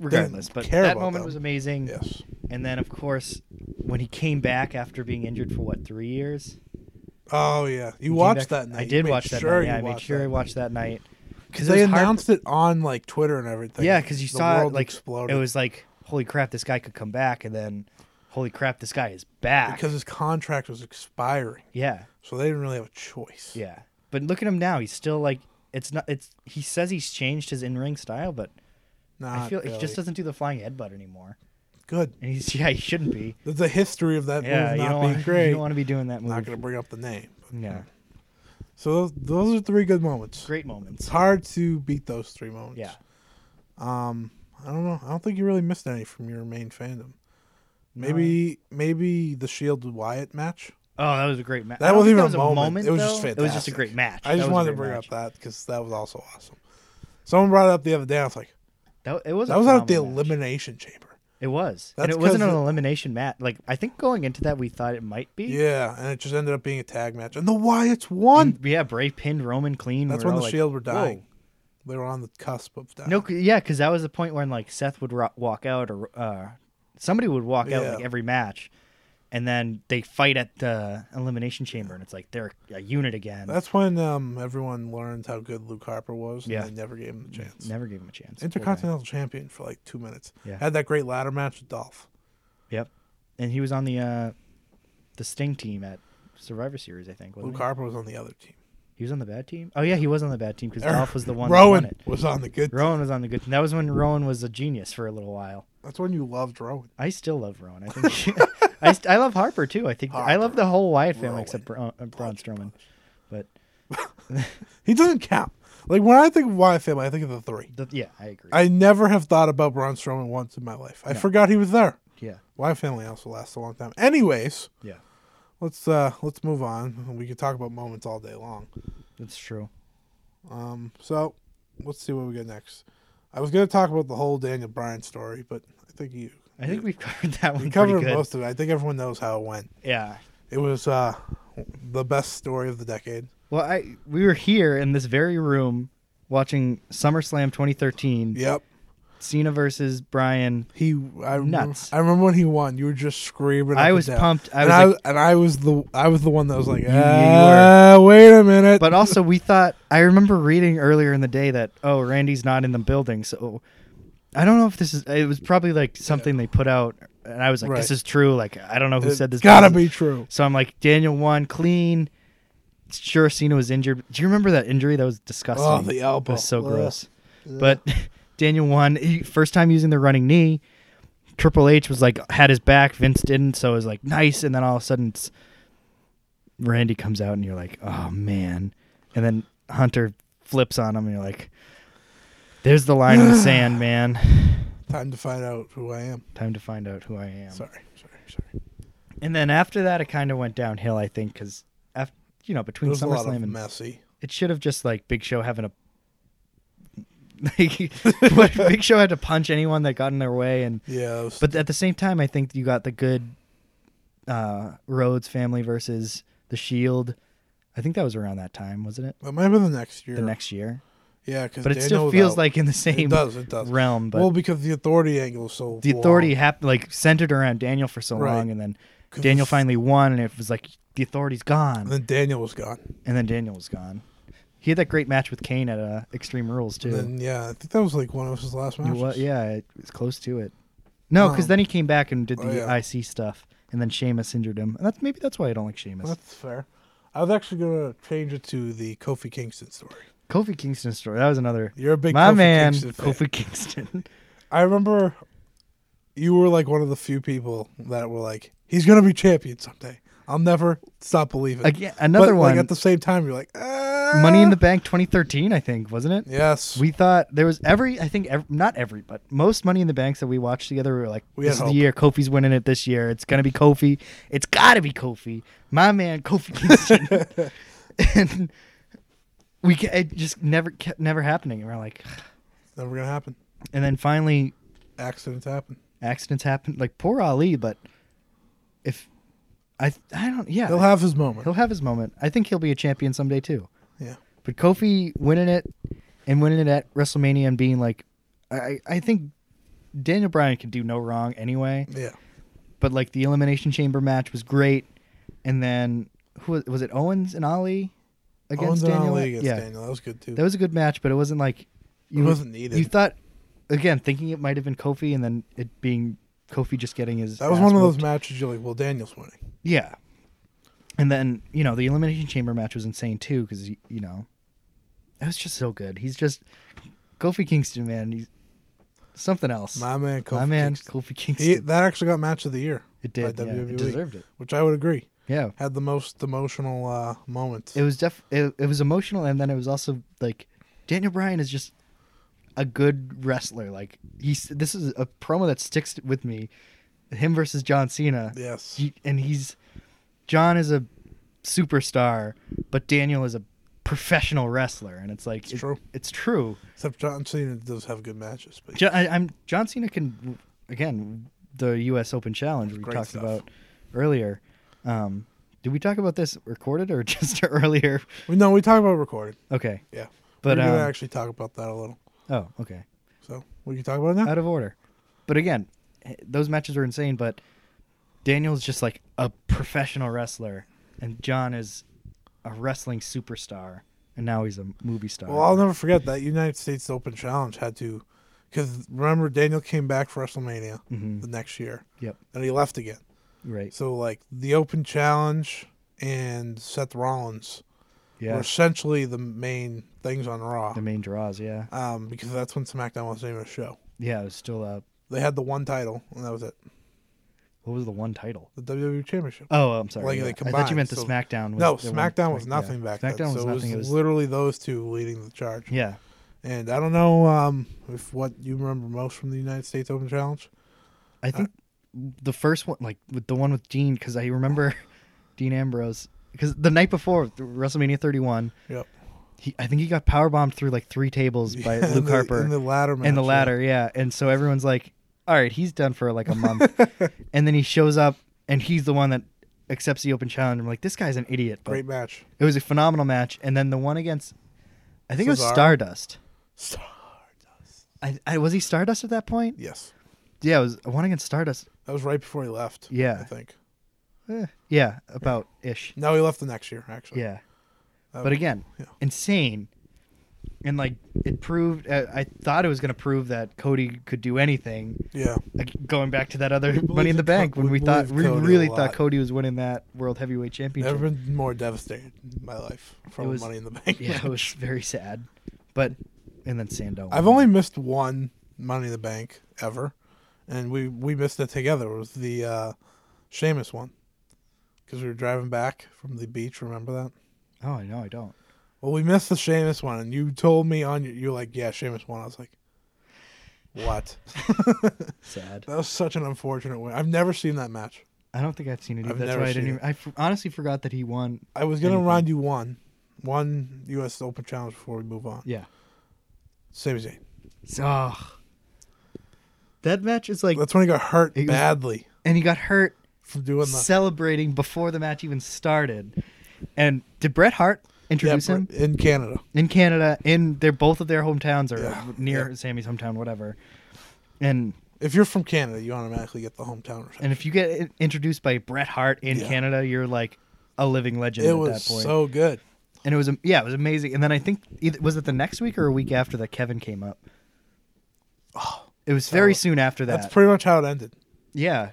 S6: Regardless, but
S5: care
S6: that
S5: about
S6: moment
S5: them.
S6: was amazing.
S5: Yes.
S6: And then, of course, when he came back after being injured for what three years,
S5: Oh yeah,
S6: He
S5: you
S6: came
S5: watched
S6: back-
S5: that night.
S6: I
S5: You
S6: did
S5: made
S6: watch that.
S5: sure
S6: night. Yeah,
S5: you
S6: I made
S5: watched
S6: sure
S5: that
S6: I
S5: night.
S6: watched that night because
S5: They announced it on like Twitter and everything.
S6: Yeah, because you
S5: The
S6: saw it,
S5: world
S6: like
S5: exploded
S6: it was like, holy crap, this guy could come back, and then, holy crap, this guy is back.
S5: because his contract was expiring,
S6: yeah,
S5: so they didn't really have a choice.
S6: yeah. But look at him now; he's still like, it's not. It's he says he's changed his in-ring style, but
S5: Not
S6: I feel
S5: really.
S6: he just doesn't do the flying headbutt anymore.
S5: good.
S6: And he's yeah, he shouldn't be.
S5: The- The history of that
S6: Yeah,
S5: move
S6: you
S5: not
S6: don't,
S5: being
S6: want,
S5: great.
S6: you don't want to be doing that
S5: I'm
S6: move.
S5: not going to bring up the name.
S6: yeah,
S5: So those, those are three good moments.
S6: great
S5: It's
S6: moments.
S5: hard to beat those three moments.
S6: Yeah,
S5: I don't know. I don't think you really missed any from your main fandom. Maybe maybe the Shield Wyatt match.
S6: Oh, that was a great match.
S5: That wasn't even a moment. It was just
S6: It was just a
S5: fantastic.
S6: great match.
S5: I just wanted to bring up that because that was also awesome. Someone brought it up the other day. I was like,
S6: That, it was.
S5: that was out the
S6: elimination.
S5: elimination chamber.
S6: It was, and
S5: That's
S6: it wasn't
S5: 'cause
S6: an
S5: the-
S6: elimination match. Like I think going into that, we thought it might be.
S5: Yeah, and it just ended up being a tag match, and the Wyatts won.
S6: Yeah, Bray pinned Roman clean.
S5: That's
S6: We're
S5: when
S6: all
S5: the
S6: like,
S5: Shield were dying.
S6: "Whoa."
S5: They were on the cusp of dying.
S6: No, 'cause- yeah, because that was the point when like Seth would ro- walk out or uh, somebody would walk out
S5: Yeah.
S6: like every match, and then they fight at the elimination chamber, and it's like they're a unit again.
S5: That's when um, everyone learned how good Luke Harper was, and
S6: Yeah.
S5: they never gave him the chance.
S6: Never gave him a chance.
S5: Intercontinental champion for like two minutes.
S6: Yeah.
S5: Had that great ladder match with Dolph.
S6: Poor guy. Yep, and he was on the uh, the Sting team at Survivor Series, I think. Wasn't
S5: Luke
S6: he?
S5: Harper was on the other team.
S6: He was on the bad team. Oh yeah, he was on the bad team because Dolph was the one that won
S5: Er, Rowan
S6: it.
S5: was on the good team.
S6: Rowan was on the good. That was when Rowan was a genius for a little while.
S5: That's when you loved Rowan.
S6: I still love Rowan. I think I, st- I love Harper too. I think I love the whole Wyatt family except Bra- uh, Braun Strowman. But
S5: He doesn't count. Like when I think of Wyatt family, I think of the three.
S6: the, yeah, I agree.
S5: I never have thought about Braun Strowman once in my life. I forgot he was there.
S6: yeah,
S5: Wyatt family also lasts a long time. Anyways,
S6: yeah,
S5: let's uh let's move on. We could talk about moments all day long.
S6: that's true.
S5: So let's see what we get next. I was gonna talk about the whole Daniel Bryan story, but I think you
S6: I think we've covered that one.
S5: we
S6: We
S5: covered
S6: good.
S5: most of it. I think everyone knows how it went.
S6: Yeah.
S5: It was uh the best story of the decade.
S6: Well, I we were here in this very room watching SummerSlam 2013,
S5: Yep.
S6: Cena versus Bryan.
S5: He I remember,
S6: Nuts.
S5: I remember when he won. You were just screaming.
S6: I
S5: up
S6: was
S5: and down.
S6: pumped. I
S5: and
S6: was
S5: I
S6: like-
S5: and I was the I was the one that was like,
S6: yeah,
S5: ah, wait a minute.
S6: But also, we thought I remember reading earlier in the day that oh, Randy's not in the building, so I don't know if this is. It was probably like something they put out, and I was like,
S5: Right.
S6: this is true. Like I don't know who
S5: It's
S6: said this. but
S5: Gotta
S6: this-
S5: be true.
S6: So I'm like, Daniel won clean. Sure, Cena was injured. Do you remember that injury? That was disgusting.
S5: Oh, the elbow.
S6: It was so
S5: Ugh.
S6: gross. But Daniel won. He, first time using the running knee. Triple H was like had his back. Vince didn't, so it was like nice. And then all of a sudden, it's, Randy comes out, and you're like, oh man. And then Hunter flips on him, and you're like, there's the line in the sand, man.
S5: Time to find out who I am.
S6: Time to find out who I am.
S5: Sorry, sorry, sorry.
S6: And then after that, it kind of went downhill, I think, because after you know
S5: There
S6: between
S5: was a lot of
S6: SummerSlam and
S5: messy.
S6: it should have just like Big Show having a like but Big Show had to punch anyone that got in their way and
S5: Yeah, it was-
S6: but at the same time I think you got the good uh, Rhodes family versus the Shield. I think that was around that time, wasn't it?
S5: It might have been the next year.
S6: The next year,
S5: yeah, because
S6: but it still feels like in the same
S5: it does. It does.
S6: realm. But
S5: well, because the authority angle is so
S6: the
S5: long.
S6: authority happened like centered around Daniel for so
S5: Right.
S6: long, and then
S5: 'Cause
S6: Daniel
S5: it's-
S6: finally won, and it was like the authority's gone,
S5: And then Daniel was gone.
S6: and then Daniel was gone. He had that great match with Kane at uh, Extreme Rules too.
S5: And then yeah, I think that was like one of his last
S6: You
S5: matches.
S6: wa- yeah, it was close to it. No, because
S5: Um,
S6: then he came back and did the
S5: oh, yeah.
S6: IC stuff, and then Sheamus injured him, and that's maybe that's why I don't like Sheamus.
S5: That's fair. I was actually gonna change it to the Kofi Kingston story.
S6: Kofi Kingston story. That was another.
S5: You're a big
S6: my
S5: Kofi
S6: man,
S5: Kingston fan.
S6: Kofi Kingston.
S5: I remember you were like one of the few people that were like, "He's gonna be champion someday." I'll never stop believing.
S6: Again, another
S5: but,
S6: one.
S5: Like at the same time, you're like, ah.
S6: Money in the Bank 2013, I think, wasn't it?
S5: Yes.
S6: We thought there was every, I think, ev not every, but most Money in the Banks that we watched together we were like,
S5: We
S6: this is
S5: had
S6: the
S5: hope.
S6: year. Kofi's winning it this year. It's going to be Kofi. It's got to be Kofi. My man, Kofi Kingston. and we, ca- it just never kept never happening. And we're like,
S5: never gonna happen.
S6: and then finally
S5: Accidents happen.
S6: accidents happened. Like, poor Ali, but if, I, I don't, yeah.
S5: He'll have his moment.
S6: He'll have his moment. I think he'll be a champion someday too.
S5: yeah.
S6: But Kofi winning it and winning it at WrestleMania and being like, I, I think Daniel Bryan can do no wrong anyway.
S5: Yeah.
S6: But like the Elimination Chamber match was great, and then who was, was it? Owens and Ali
S5: Owens
S6: against
S5: and
S6: Daniel.
S5: Ali against
S6: yeah,
S5: Daniel. That was good too.
S6: that was a good match, but it wasn't like you
S5: It wasn't needed.
S6: You thought again, thinking it might have been Kofi, and then it being Kofi just getting his.
S5: That was
S6: ass
S5: one of
S6: whooped.
S5: those matches you're like, well, Daniel's winning.
S6: Yeah. And then, you know, the Elimination Chamber match was insane too, because, you know, it was just so good. He's just Kofi Kingston, man. He's something else.
S5: My man, Kofi
S6: My man,
S5: Kingston.
S6: Kofi Kingston.
S5: He, that actually got match of the year.
S6: It
S5: by E,
S6: did, yeah. It deserved it.
S5: Which I would agree.
S6: yeah.
S5: Had the most emotional uh, moments.
S6: It was def it, it was emotional and then it was also like Daniel Bryan is just a good wrestler. Like he's this is a promo that sticks with me. Him versus John Cena.
S5: Yes.
S6: He- and he's John is a superstar, but Daniel is a professional wrestler and it's like it's
S5: true.
S6: It's true.
S5: Except John Cena does have good matches. But
S6: Jo- I, am John Cena can again the U.S. Open Challenge we
S5: Great
S6: talked
S5: stuff.
S6: about earlier. Um, did we talk about this recorded or just earlier?
S5: we, no, we talk about recording.
S6: Okay.
S5: Yeah.
S6: But,
S5: we're gonna
S6: um,
S5: actually talk about that a little.
S6: Oh, okay.
S5: So we can talk about it now.
S6: Out of order. But again, h- those matches are insane. But Daniel's just like a professional wrestler, and John is a wrestling superstar, and now he's a movie star.
S5: Well, I'll never forget that United States Open Challenge had to, because remember Daniel came back for WrestleMania the next year,
S6: Mm-hmm. yep.
S5: and he left again.
S6: Right.
S5: So like the Open Challenge and Seth Rollins
S6: Yeah.
S5: were essentially the main things on Raw,
S6: The main draws. Yeah.
S5: um, because that's when SmackDown was the name of the show.
S6: Yeah. It was still uh,
S5: They had the one title, and that was it,
S6: what was the one title?
S5: the WWE Championship.
S6: Oh, I'm sorry.
S5: Like,
S6: yeah.
S5: they
S6: I thought you
S5: combined,
S6: meant the
S5: so-
S6: SmackDown. Was
S5: no,
S6: the one-
S5: SmackDown was
S6: yeah.
S5: nothing back
S6: SmackDown
S5: then.
S6: was
S5: so
S6: nothing.
S5: it was
S6: it was
S5: literally those two leading the charge.
S6: yeah.
S5: And I don't know um, if what you remember most from the United States Open Challenge.
S6: I think the first one, like with the one with Dean, because I remember Dean Ambrose, because the night before th- WrestleMania 31,
S5: Yep.
S6: he, I think he got powerbombed through like three tables by
S5: Yeah, in
S6: Luke
S5: the-
S6: Harper
S5: in the ladder
S6: In
S5: match,
S6: the
S5: yeah.
S6: ladder, yeah. And so everyone's like, "All right, he's done for like a month," and then he shows up, and he's the one that accepts the open challenge. I'm like, this guy's an idiot. But
S5: Great match.
S6: It was a phenomenal match, and then the one against, I think it was
S5: Cesaro?
S6: Stardust.
S5: Star.
S6: I, I was he Stardust at that point?
S5: Yes.
S6: Yeah, it was one against Stardust.
S5: That was right before he left.
S6: Yeah.
S5: I think.
S6: Eh, yeah, about ish.
S5: No, he left the next year, actually.
S6: Yeah. but again,
S5: yeah.
S6: insane. And like it proved, uh, I thought it was going to prove that Cody could do anything.
S5: Yeah.
S6: Like, going back to that other Money in
S5: believed
S6: the
S5: in
S6: Bank
S5: Co-
S6: when
S5: we
S6: we thought
S5: believed
S6: we
S5: Cody a
S6: really
S5: lot.
S6: thought Cody was winning that World Heavyweight Championship.
S5: Never been more devastated in my life from
S6: It was-
S5: Money in the Bank.
S6: yeah, it was very sad. But and then Sandow.
S5: I've
S6: won.
S5: only missed one Money in the Bank ever, and we we missed it together. It was the uh, Sheamus one, because we were driving back from the beach. Remember that?
S6: Oh, I know, I don't.
S5: Well, we missed the Sheamus one, and you told me on your, you're like, yeah, Sheamus won. I was like, what?
S6: Sad.
S5: that was such an unfortunate win. I've never seen that match.
S6: I don't think I've seen it.
S5: I've
S6: Either. That's
S5: never
S6: why I
S5: seen
S6: didn't. Even, I f- honestly forgot that he won.
S5: I was gonna
S6: Anything.
S5: remind you one, one U.S. Open challenge before we move on.
S6: Yeah.
S5: Sami Zayn.
S6: So that match is like
S5: That's when he got hurt
S6: He was-
S5: badly.
S6: and he got hurt
S5: from doing the
S6: celebrating before the match even started. And did Bret Hart
S5: Yeah,
S6: introduce him
S5: in Canada.
S6: in Canada? In their both of their hometowns or
S5: Yeah,
S6: near Sammy's hometown, whatever. And
S5: If you're from Canada, you automatically get the hometown. reception.
S6: and if you get i- introduced by Bret Hart in
S5: Yeah.
S6: Canada, you're like a living legend
S5: It
S6: at
S5: was
S6: that point.
S5: so good.
S6: and it was am- yeah, it was amazing. And then I think either, was it the next week or a week after that Kevin came up. it was very soon after that.
S5: Oh, That's pretty much how it ended.
S6: yeah,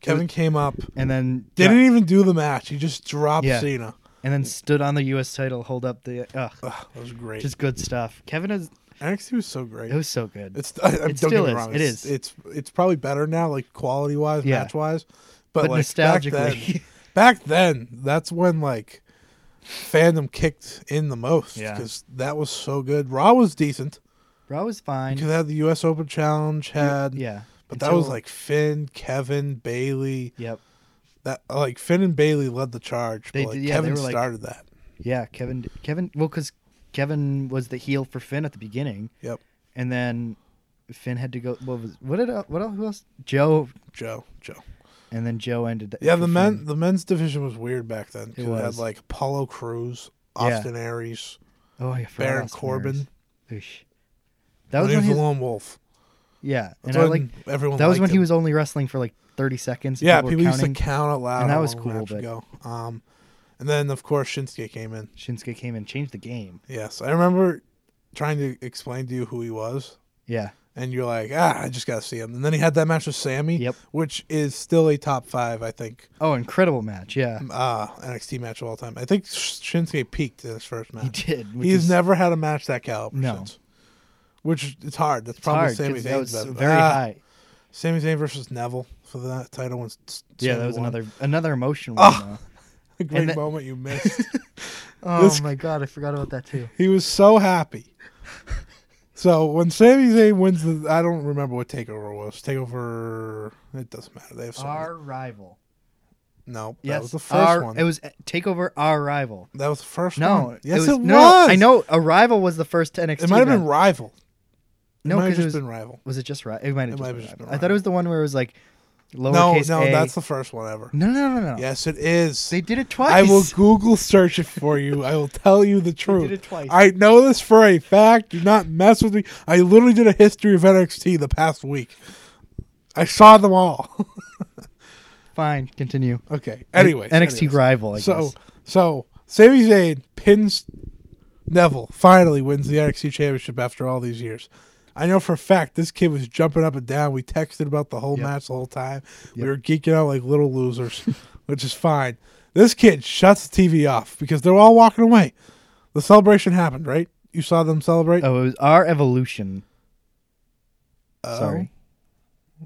S5: Kevin came up,
S6: and then
S5: didn't even do the match. He just dropped
S6: Yeah.
S5: Cena.
S6: and then stood on the U.S. title, hold up the ugh,
S5: Ugh, that was great.
S6: just good stuff. Kevin is
S5: NXT was so great.
S6: it was so good.
S5: It's I, I- don't
S6: It
S5: get
S6: still
S5: me
S6: is.
S5: wrong.
S6: It
S5: it's,
S6: is.
S5: It's it's probably better now, like quality wise,
S6: Yeah.
S5: match wise. But,
S6: But
S5: like back
S6: nostalgically.
S5: then, back then, that's when like fandom kicked in the most
S6: Yeah.
S5: because that was so good. Raw was decent
S6: Raw was fine.
S5: because had the U.S. Open Challenge had
S6: Yeah,
S5: but that was
S6: until-
S5: like Finn, Kevin, Bailey.
S6: yep,
S5: That like Finn and Bailey led the charge.
S6: They
S5: but, like,
S6: did- yeah, they
S5: Kevin
S6: were, like-
S5: started that.
S6: yeah. Kevin, Kevin, well, because Kevin was the heel for Finn at the beginning,
S5: Yep,
S6: and then Finn had to go. What was what did uh, what else? Who else? Joe,
S5: Joe, Joe.
S6: and then Joe ended. it
S5: Yeah,
S6: for
S5: the men
S6: Finn.
S5: the men's division was weird back then. 'cause It, had
S6: was.
S5: like Apollo Cruz,
S6: Yeah.
S5: Austin Aries.
S6: Oh, I forgot
S5: Baron
S6: Austin
S5: Corbin.
S6: Aries. Oosh. That was
S5: when
S6: when
S5: he
S6: he
S5: was a lone wolf.
S6: yeah, and
S5: That's
S6: I like
S5: when everyone.
S6: that was
S5: liked
S6: when he
S5: him.
S6: was only wrestling for like thirty seconds.
S5: Yeah,
S6: were
S5: people used to
S6: counting.
S5: count out loud.
S6: and that
S5: how
S6: was
S5: long
S6: cool,
S5: match
S6: but-
S5: would go. Um, and then of course Shinsuke came in.
S6: Shinsuke came and changed the game.
S5: Yes, I remember trying to explain to you who he was,
S6: Yeah,
S5: and you're like, ah, I just gotta see him. And then he had that match with Sammy.
S6: Yep.
S5: Which is still a top five, I think,
S6: Oh, incredible match! Yeah,
S5: uh, NXT match of all time. I think Shinsuke peaked in his first match.
S6: did, which
S5: He's
S6: is-
S5: never had a match that caliber
S6: No.
S5: since. Which it's hard. That's
S6: it's
S5: probably
S6: hard, 'cause
S5: Sami
S6: that
S5: Zayn's
S6: was
S5: best-
S6: very
S5: Ah,
S6: high.
S5: Sami Zayn versus Neville for that title. When s-
S6: Yeah,
S5: Sammy
S6: that was
S5: won.
S6: another another emotional
S5: Ah,
S6: one. though.
S5: A great
S6: that-
S5: moment you missed.
S6: Oh
S5: This-
S6: my god, I forgot about that too.
S5: he was so happy. So when Sami Zayn wins the, I don't remember what Takeover was. Takeover, it doesn't matter. They have so many-
S6: Our rival.
S5: no.
S6: yes,
S5: that was the first
S6: our,
S5: one.
S6: It was uh, Takeover Our Rival.
S5: that was the first one.
S6: No,
S5: yes, it was.
S6: no, no, I know Arrival was the first NXT.
S5: It might have been
S6: match.
S5: rival. It
S6: no,
S5: might have
S6: because it
S5: just
S6: was.
S5: been rival.
S6: was it just right? It might have
S5: It
S6: just,
S5: might
S6: been
S5: have just
S6: Rival.
S5: been
S6: I thought it was the one where it was like
S5: No,
S6: lowercase
S5: no,
S6: a.
S5: that's the first one ever.
S6: no, no, no, no.
S5: Yes, it is.
S6: They did it twice.
S5: I will Google search it for you. I will tell you the truth.
S6: it twice.
S5: I know this for a fact. Do not mess with me. I literally did a history of NXT the past week. I saw them all.
S6: Fine, continue.
S5: okay. Anyway.
S6: NXT rival. I
S5: So
S6: guess.
S5: so Sami Zayn pins Neville. Finally wins the NXT championship after all these years. I know for a fact this kid was jumping up and down. We texted about the whole match the whole time. We were geeking out like little losers, which is fine. This kid shuts the TV off because they're all walking away. The celebration happened, right? You saw them celebrate.
S6: Oh, it was our evolution. Sorry.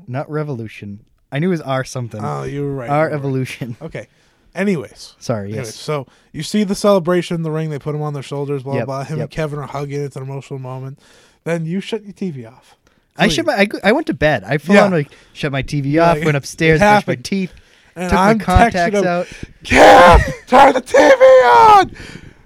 S6: Not revolution. I knew it was our something.
S5: Oh, you were right.
S6: our
S5: you were right.
S6: evolution.
S5: Okay. Anyways,
S6: Sorry,
S5: Anyway,
S6: yes.
S5: so you see the celebration in the ring. They put him on their shoulders, blah,
S6: Yep,
S5: blah, blah. Him and
S6: yep.
S5: Kevin are hugging. It's an emotional moment. Then you shut your TV off.
S6: I shut my. I, go- I went to bed. I full
S5: Yeah.
S6: on like shut my TV off.
S5: like,
S6: went upstairs,
S5: it
S6: brushed my
S5: happened.
S6: teeth,
S5: And
S6: took
S5: I'm
S6: my
S5: texting
S6: contacts
S5: him,
S6: out,
S5: Kev, turn the TV on.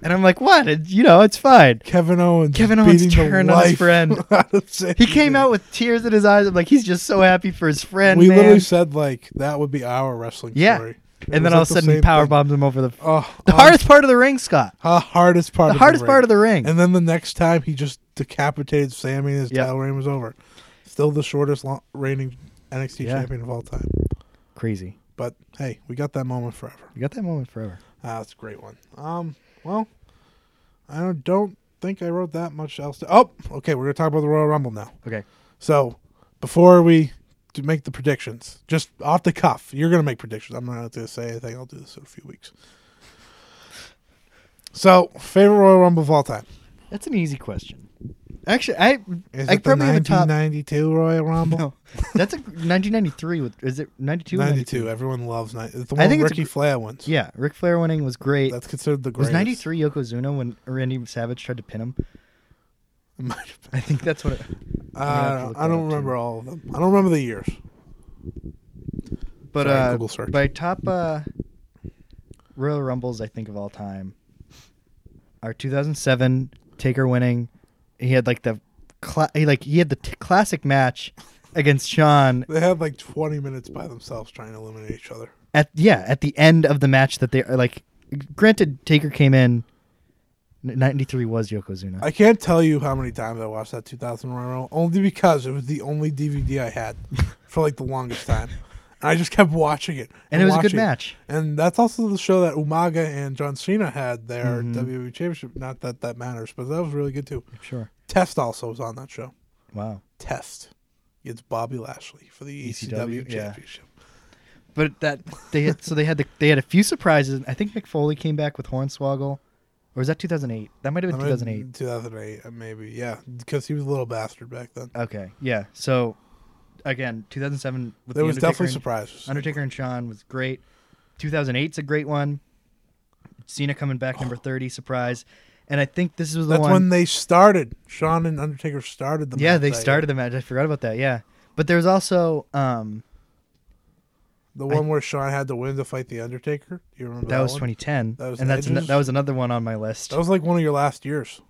S6: and I'm like, "What? It- you know, it's fine."
S5: Kevin Owens.
S6: Kevin Owens
S5: beating the
S6: turned on his
S5: life
S6: friend.
S5: out of Sami
S6: He came
S5: Zayn.
S6: out with tears in his eyes. I'm like, he's just so happy for his friend.
S5: We
S6: man.
S5: literally said like that would be our wrestling
S6: yeah.
S5: story. It
S6: And
S5: was,
S6: then all
S5: like,
S6: of a
S5: the
S6: sudden, he
S5: same
S6: power
S5: thing.
S6: bombs him over the.
S5: Oh,
S6: the
S5: oh,
S6: hardest part of the ring, Scott.
S5: the hardest part.
S6: The
S5: of
S6: hardest
S5: the
S6: part
S5: ring.
S6: of the ring.
S5: And then the next time he just decapitated Sammy and his
S6: Yep.
S5: title reign was over. Still the shortest long, reigning NXT
S6: Yeah.
S5: champion of all time.
S6: Crazy.
S5: But hey, we got that moment forever.
S6: You got that moment forever.
S5: Ah, that's a great one. Um, well, I don't, don't think I wrote that much else. To, oh, okay, we're gonna talk about the Royal Rumble now.
S6: Okay.
S5: So before we do make the predictions, just off the cuff, you're gonna make predictions. I'm not gonna say anything. I'll do this in a few weeks. So favorite Royal Rumble of all time?
S6: That's an easy question. Actually, I
S5: Is
S6: I
S5: it the
S6: probably have a top.
S5: 1992 Royal Rumble?
S6: No, that's a 1993. With is it 92?
S5: 92. Everyone loves ni- it's the
S6: I
S5: one
S6: think it's a
S5: Ricky
S6: gr-
S5: Flair ones.
S6: Yeah, Ric Flair winning was great.
S5: that's considered the
S6: was
S5: greatest.
S6: 93 Yokozuna when Randy Savage tried to pin him?
S5: It might have been.
S6: I think that's what. It, gonna have to
S5: Uh,
S6: look
S5: I
S6: that up,
S5: don't
S6: too.
S5: remember all of them. I don't remember the years.
S6: but
S5: Sorry,
S6: uh,
S5: Google search.
S6: by top uh, Royal Rumbles, I think of all time, our 2007 Taker winning. He had like the, cla- he like he had the t- classic match against Sean
S5: They had like 20 minutes by themselves trying to eliminate each other.
S6: at yeah at the end of the match that they like. Granted, Taker came in. Ninety three was Yokozuna.
S5: I can't tell you how many times I watched that 2000 Royal Rumble, only because it was the only DVD I had for like the longest time. And I just kept watching it.
S6: And it was a good
S5: watching
S6: match.
S5: And that's also the show that Umaga and John Cena had their
S6: Mm-hmm.
S5: WWE Championship. Not that that matters, but that was really good too.
S6: sure.
S5: Test also was on that show.
S6: Wow.
S5: Test. It's Bobby Lashley for the ECW,
S6: ECW, E yeah.
S5: Championship.
S6: But that they had, so they had the, they had a few surprises. I think McFoley came back with Hornswoggle, or was that 2008? That might have
S5: I
S6: been
S5: mean,
S6: 2008.
S5: 2008, uh, maybe. Yeah. Because he was a little bastard back then.
S6: Okay, yeah. So again, 2007 with
S5: There
S6: the
S5: was
S6: Undertaker
S5: definitely
S6: and-
S5: surprises.
S6: Undertaker and Sean was great. 2008's a great one. Cena coming back number 30 surprise, and I think this was the
S5: That's
S6: one.
S5: when they started. Sean and Undertaker started the
S6: yeah,
S5: match
S6: they
S5: that year.
S6: started the match. I forgot about that. Yeah, but there's also um
S5: The one where Sean had to win to fight the Undertaker. Do you remember that,
S6: that was
S5: one?
S6: 2010,
S5: That was
S6: and that's an,
S5: Edge's?
S6: that was another one on my list.
S5: That was like one of your last years.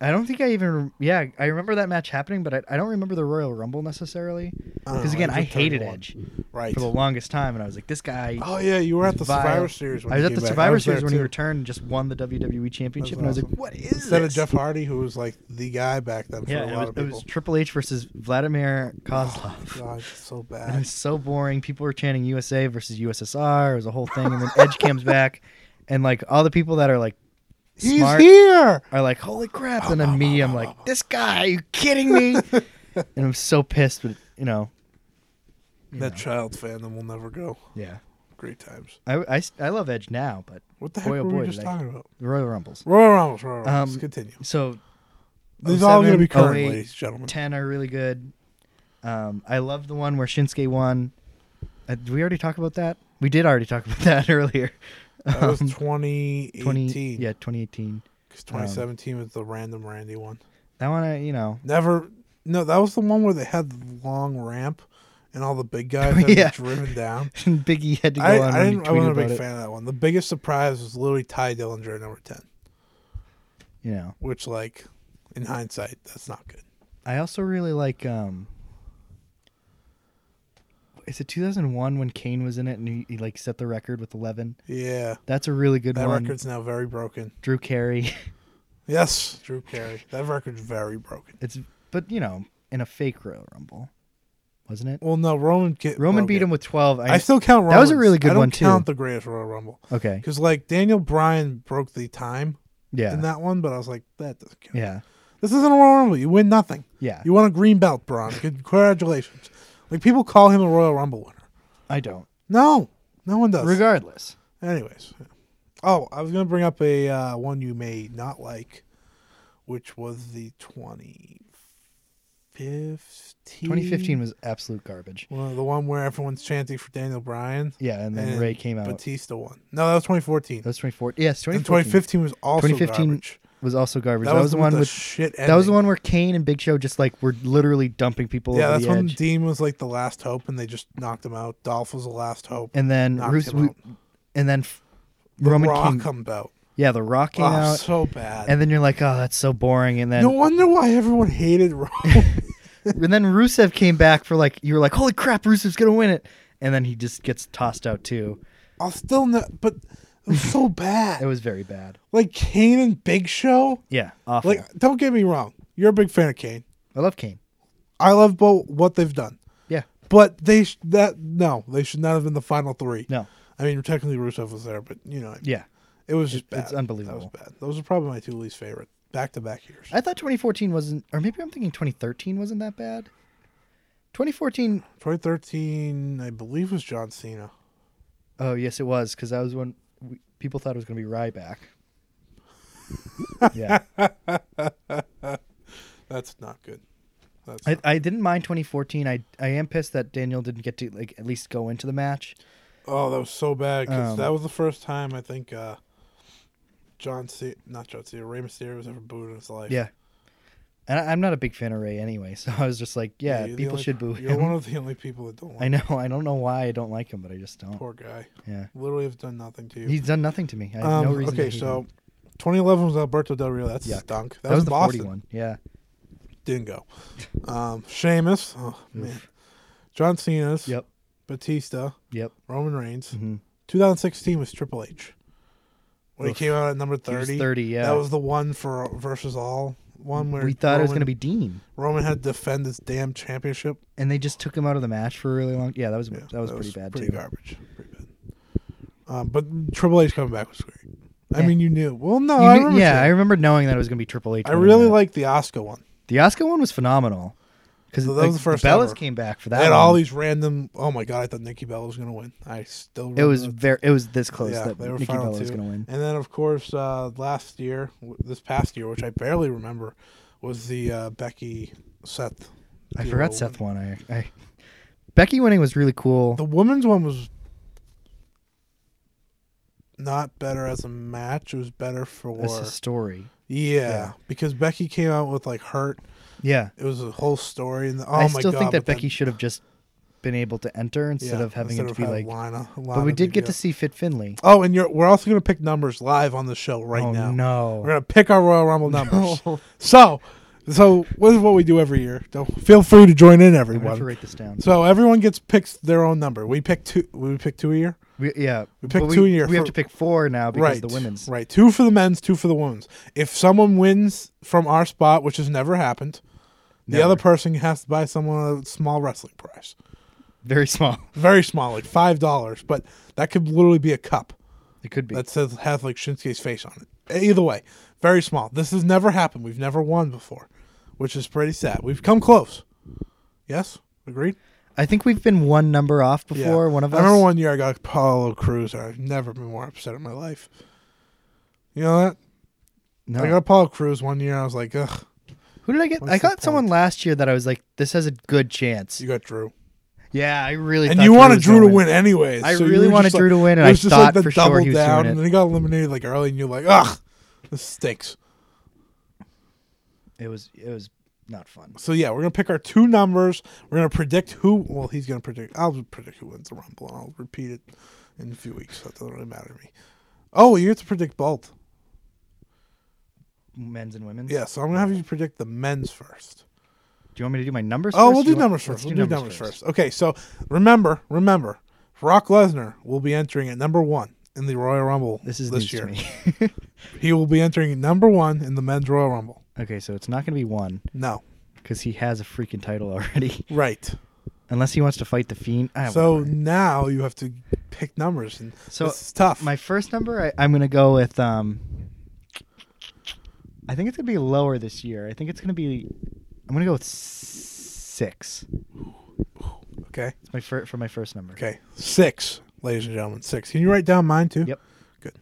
S6: I don't think I even yeah I remember that match happening, but I, I don't remember the Royal Rumble necessarily
S5: don't
S6: because
S5: know,
S6: again
S5: it was
S6: I
S5: Oh, a third
S6: hated
S5: one.
S6: Edge
S5: Right.
S6: for the longest time, and I was like this guy.
S5: Oh yeah, you were at the
S6: is vile.
S5: Survivor Series. When
S6: I was
S5: he
S6: at the
S5: came back. I
S6: Survivor
S5: was there,
S6: Series when he
S5: too.
S6: returned and just won the WWE Championship, and I was like,
S5: awesome.
S6: what is
S5: Instead
S6: this?
S5: of Jeff Hardy, who was like the guy back then for
S6: yeah,
S5: a
S6: it
S5: lot
S6: was,
S5: of
S6: it
S5: people. Oh,
S6: was Triple H versus Vladimir Kozlov.
S5: God, it's so
S6: And it
S5: bad.
S6: was so boring. People were chanting USA versus USSR. It was a whole thing, and then Edge comes back, and like all the people that are like
S5: He's
S6: smart
S5: here.
S6: are like, "Holy crap!" And then me, I'm like, "This guy, are you kidding me?" and I'm so pissed, but you know,
S5: That child fandom will never go.
S6: yeah,
S5: Great times.
S6: I, I, I love Edge now, but
S5: What the heck
S6: boy, oh
S5: were
S6: boy,
S5: we just
S6: did I-
S5: talking about?
S6: Royal Rumbles.
S5: Royal Rumbles. Royal Rumbles.
S6: Um,
S5: Continue.
S6: So
S5: These are all going to
S6: 07,
S5: be current,
S6: 08,
S5: ladies and gentlemen.
S6: ten are really good. Um, I love the one where Shinsuke won. Uh, did we already talk about that? We did already talk about that earlier.
S5: That was
S6: Um,
S5: 2018.
S6: 20 yeah, um, 2018.
S5: 'Cause 2017 was the random Randy one.
S6: That one, I, you know,
S5: Never. No, that was the one where they had the long ramp and all the big guys had
S6: Yeah.
S5: yeah. driven down.
S6: Biggie had to go
S5: I,
S6: on.
S5: I,
S6: when he
S5: didn't, I wasn't
S6: tweeted
S5: a big
S6: about it,
S5: fan of that one. The biggest surprise was literally Ty Dillinger at number 10,
S6: You know,
S5: which, like, in hindsight, that's not good.
S6: I also really like. um Is it 2001 when Kane was in it and he, he like set the record with 11?
S5: Yeah.
S6: That's a really good
S5: That
S6: one.
S5: record's now very broken.
S6: Drew Carey.
S5: Yes, Drew Carey. That record's very broken.
S6: It's but you know in a fake Royal Rumble, wasn't it?
S5: Well, no, Roman get,
S6: Roman
S5: broke
S6: beat
S5: it.
S6: him with 12.
S5: I still count Roman.
S6: That was a really good
S5: I don't
S6: one, too.
S5: count the greatest Royal Rumble.
S6: okay.
S5: Because, like, Daniel Bryan broke the time
S6: Yeah.
S5: in that one, but I was like, that doesn't count.
S6: yeah.
S5: This isn't a Royal Rumble. You win nothing.
S6: Yeah.
S5: You won a green belt, Braun. Congratulations. Like people call him a Royal Rumble winner.
S6: I don't.
S5: No, no one does.
S6: Regardless.
S5: Anyways, oh, I was gonna bring up a uh, one you may not like, which was the twenty fifteen.
S6: 2015 was absolute garbage.
S5: well, the one where everyone's chanting for Daniel Bryan.
S6: Yeah, and then Ray came out.
S5: Batista won. No, that was twenty fourteen.
S6: that was 24. Yes,
S5: And
S6: 2015.
S5: 2015 was also
S6: 2015
S5: garbage.
S6: was also garbage.
S5: That,
S6: That, was the one
S5: with
S6: with
S5: shit.
S6: that was the
S5: ending.
S6: one where Kane and Big Show just like were literally dumping people
S5: Yeah,
S6: over
S5: that's
S6: the
S5: when
S6: edge.
S5: Dean was like the last hope, and they just knocked him out. Dolph was the last hope.
S6: and then
S5: knocked
S6: Ruth,
S5: him out.
S6: and then f-
S5: The
S6: Roman
S5: Rock
S6: came.
S5: come out.
S6: Yeah, the Rock came
S5: oh,
S6: out,
S5: so bad.
S6: and then you're like, oh, that's so boring. And then
S5: no wonder why everyone hated Rock.
S6: and then Rusev came back for like you were like, holy crap, Rusev's gonna win it. And then he just gets tossed out too.
S5: I'll still not, but it was so
S6: It
S5: bad.
S6: was very bad.
S5: Like Kane and Big Show.
S6: Yeah, awful.
S5: Like, don't get me wrong. You're a big fan of Kane.
S6: I love Kane.
S5: I love both what they've done,
S6: Yeah,
S5: but they sh- that no, they should not have been the final three.
S6: no,
S5: I mean technically Rusev was there, but you know, what I mean.
S6: yeah.
S5: it was just bad.
S6: it's unbelievable.
S5: That was bad. Those are probably my two least favorite back to back years.
S6: I thought 2014 wasn't, or maybe I'm thinking 2013 wasn't that bad. 2014.
S5: 2013, I believe, was John Cena.
S6: Oh yes, it was because that was when we, people thought it was going to be Ryback. yeah,
S5: That's not good. That's
S6: I, I didn't mind 2014. I I am pissed that Daniel didn't get to like at least go into the match.
S5: Oh, that was so bad 'cause
S6: Um,
S5: that was the first time I think uh, John C. Not John C. Rey Mysterio was ever booed in his life.
S6: Yeah, and I, I'm not a big fan of Ray anyway, so I was just like, yeah,
S5: you're the
S6: people
S5: only-
S6: should boo
S5: You're
S6: him.
S5: one of the only people that don't like.
S6: I know. I don't know why I don't like him, but I just don't.
S5: Poor guy.
S6: Yeah,
S5: Literally have done nothing to you.
S6: he's done nothing to me. I have
S5: Um,
S6: no reason. to
S5: okay,
S6: hate
S5: so
S6: him.
S5: 2011 was Alberto Del Rio. That's his
S6: Yuck.
S5: dunk. That,
S6: that was
S5: was
S6: the
S5: Boston.
S6: 41. Yeah,
S5: Didn't go. Um, Sheamus. Oh man. John Cena's.
S6: yep. Mm-hmm.
S5: Batista,
S6: Yep.
S5: Roman Reigns. 2016 was Triple H. When he came out at number 30.
S6: was 30, yeah.
S5: That was the one for versus all one where
S6: We thought it was
S5: Roman-
S6: going to be Dean,
S5: Roman had to defend his damn championship.
S6: and they just took him out of the match for a really long. Yeah, that was that was pretty bad
S5: pretty
S6: too.
S5: Garbage. Pretty bad. Um, but Triple H coming back was great. I
S6: Yeah.
S5: mean, you knew. Well, no,
S6: You
S5: Oh, I
S6: knew-
S5: remember.
S6: yeah, I
S5: seeing-
S6: remember knowing that it was going to be Triple H.
S5: I,
S6: winning
S5: really
S6: that.
S5: like the Oscar one.
S6: the Oscar one was phenomenal because
S5: So that
S6: the,
S5: was the first
S6: the Bellas
S5: ever.
S6: came back for
S5: They
S6: that.
S5: had all
S6: one.
S5: these random. Oh my god, I thought Nikki Bella was gonna win. I still.
S6: It
S5: Remember
S6: was
S5: that.
S6: very. It was this close that
S5: Mm-hmm. they were
S6: Nikki
S5: final
S6: Bella was
S5: two.
S6: going to win.
S5: And then, of course, uh, last year, w- this past year, which I barely remember, was the uh, Becky Seth.
S6: I
S5: deal
S6: forgot
S5: with-
S6: Seth won. I, I Becky winning was really cool.
S5: The women's one was not better as a match. It was better for
S6: It's a story.
S5: yeah, because Becky came out with like hurt.
S6: Yeah,
S5: It was a whole story, and the, oh
S6: I
S5: my
S6: still
S5: god!
S6: think that
S5: but then-
S6: Becky should have just been able to enter instead
S5: yeah,
S6: of having
S5: instead
S6: it to
S5: of
S6: be like.
S5: having Lana,
S6: But we did get to see Fit Finley.
S5: Oh, and you're, we're also gonna pick numbers live on the show right
S6: oh
S5: now.
S6: no!
S5: We're gonna pick our Royal Rumble numbers. So, so this is what we do every year. Don't feel free to join
S6: I'm
S5: in,
S6: gonna have to
S5: everyone.
S6: write this down.
S5: So everyone gets picks their own number. We pick two. We pick two a year.
S6: We, yeah, we
S5: picked
S6: we,
S5: two a year
S6: We have to
S5: for-
S6: pick four now because
S5: right.
S6: the women's.
S5: Right. Two for the men's. Two for the women's. If someone wins from our spot, which has never happened, the
S6: Never.
S5: other person has to buy someone a small wrestling prize.
S6: Very small.
S5: Very small, like five dollars, but that could literally be a cup.
S6: It could be.
S5: that says has like Shinsuke's face on it. Either way, very small. This has never happened. We've never won before, which is pretty sad. We've come close. Yes, agreed.
S6: I think we've been one number off before. One of
S5: I
S6: us.
S5: remember one year I got Apollo Cruz. I've never been more upset in my life. You know that?
S6: No.
S5: I got Apollo Cruz one year. I was like, ugh,
S6: Who did I get?
S5: What's
S6: I
S5: the
S6: got someone
S5: point?
S6: last year that I was like, this has a good chance.
S5: you got Drew,
S6: yeah, I really.
S5: and
S6: thought
S5: you wanted
S6: was
S5: Drew
S6: gonna
S5: to
S6: win.
S5: win anyways.
S6: I
S5: you
S6: really
S5: were
S6: wanted
S5: just
S6: Drew to win,
S5: it
S6: and I
S5: was just
S6: thought for sure he was doing it.
S5: and then he got eliminated like early, and you're like, ugh, this stinks.
S6: It was. It was not fun.
S5: So yeah, we're gonna pick our two numbers. We're gonna predict who. Well, he's gonna predict. I'll predict who wins the rumble, and I'll repeat it in a few weeks. So that doesn't really matter to me. Oh, you have to predict both.
S6: Men's and women's.
S5: Yeah, so I'm gonna have you predict the men's first.
S6: Do you want me to do my numbers?
S5: Oh,
S6: first?
S5: we we'll
S6: Do you
S5: do
S6: want-
S5: numbers
S6: let's
S5: first. We'll do numbers first. Okay, so remember, remember, Rock Lesnar will be entering at number one in the Royal Rumble
S6: This is
S5: this
S6: this news
S5: year.
S6: to me.
S5: He will be entering at number one in the men's Royal Rumble.
S6: okay, so it's not going to be one
S5: No,
S6: because he has a freaking title already.
S5: right.
S6: Unless he wants to fight the fiend. I
S5: So now you have to pick numbers, and
S6: So,
S5: this is tough.
S6: My first number, I, I'm going to go with. Um, I think it's going to be lower this year. I think it's going to be. I'm going to go with s- six.
S5: okay.
S6: It's my fir- for my first number.
S5: Okay, six, ladies and gentlemen, six. Can you write down mine too?
S6: Yep.
S5: Good.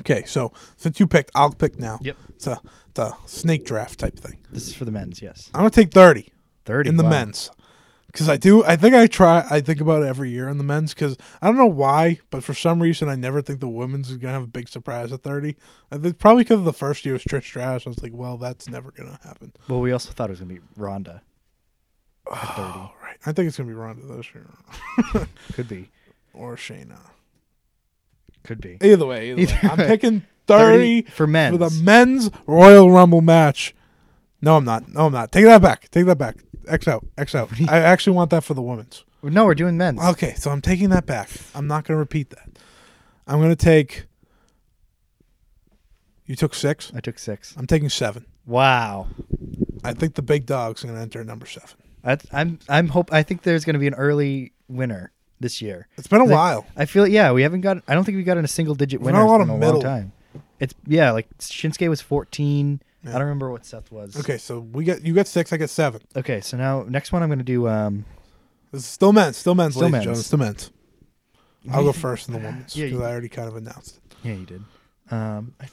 S5: Okay, so since you picked, I'll pick now.
S6: Yep.
S5: It's a, it's a snake draft type thing.
S6: This is for the men's. Yes.
S5: I'm gonna take thirty
S6: Thirty
S5: in the
S6: wow.
S5: men's because I do. I think I try. I think about it every year in the men's because I don't know why, but for some reason I never think the women's is gonna have a big surprise at thirty. I think probably because the first year was Trish Stratus. I was like, well, that's never gonna happen.
S6: Well, we also thought it was going to be Ronda. At Thirty
S5: All right, I think it's gonna be Ronda this year
S6: could be.
S5: or Shayna.
S6: Could be.
S5: Either way, either
S6: Either
S5: way. I'm
S6: way.
S5: picking 30,
S6: for men.
S5: for the men's Royal Rumble match. No, I'm not. No, I'm not. Take that back. Take that back. X out. X out. I actually want that for the women's.
S6: no, we're doing men's.
S5: Okay, so I'm taking that back. I'm not going to repeat that. I'm going to take. You took six?
S6: I took six.
S5: I'm taking seven.
S6: Wow.
S5: I think the big dog's going to enter at number seven.
S6: I, I'm I'm hope I think there's going to be an early winner this year.
S5: It's been a
S6: I think-
S5: while.
S6: I feel yeah, we haven't got. I don't think we got in a single digit
S5: We've
S6: winner
S5: got a
S6: in
S5: lot
S6: a
S5: of
S6: long
S5: middle.
S6: time. It's yeah, like Shinsuke was 14. I don't remember what Seth was.
S5: Okay, so we got you got six. I got seven.
S6: Okay, so now next one I'm going to do. Um,
S5: This is still men's. Still men's.
S6: Still
S5: Still men's.
S6: men's.
S5: Still men's. I'll go first in the women's
S6: Yeah,
S5: because
S6: you-
S5: I already kind of announced it.
S6: yeah, you did. Um, I,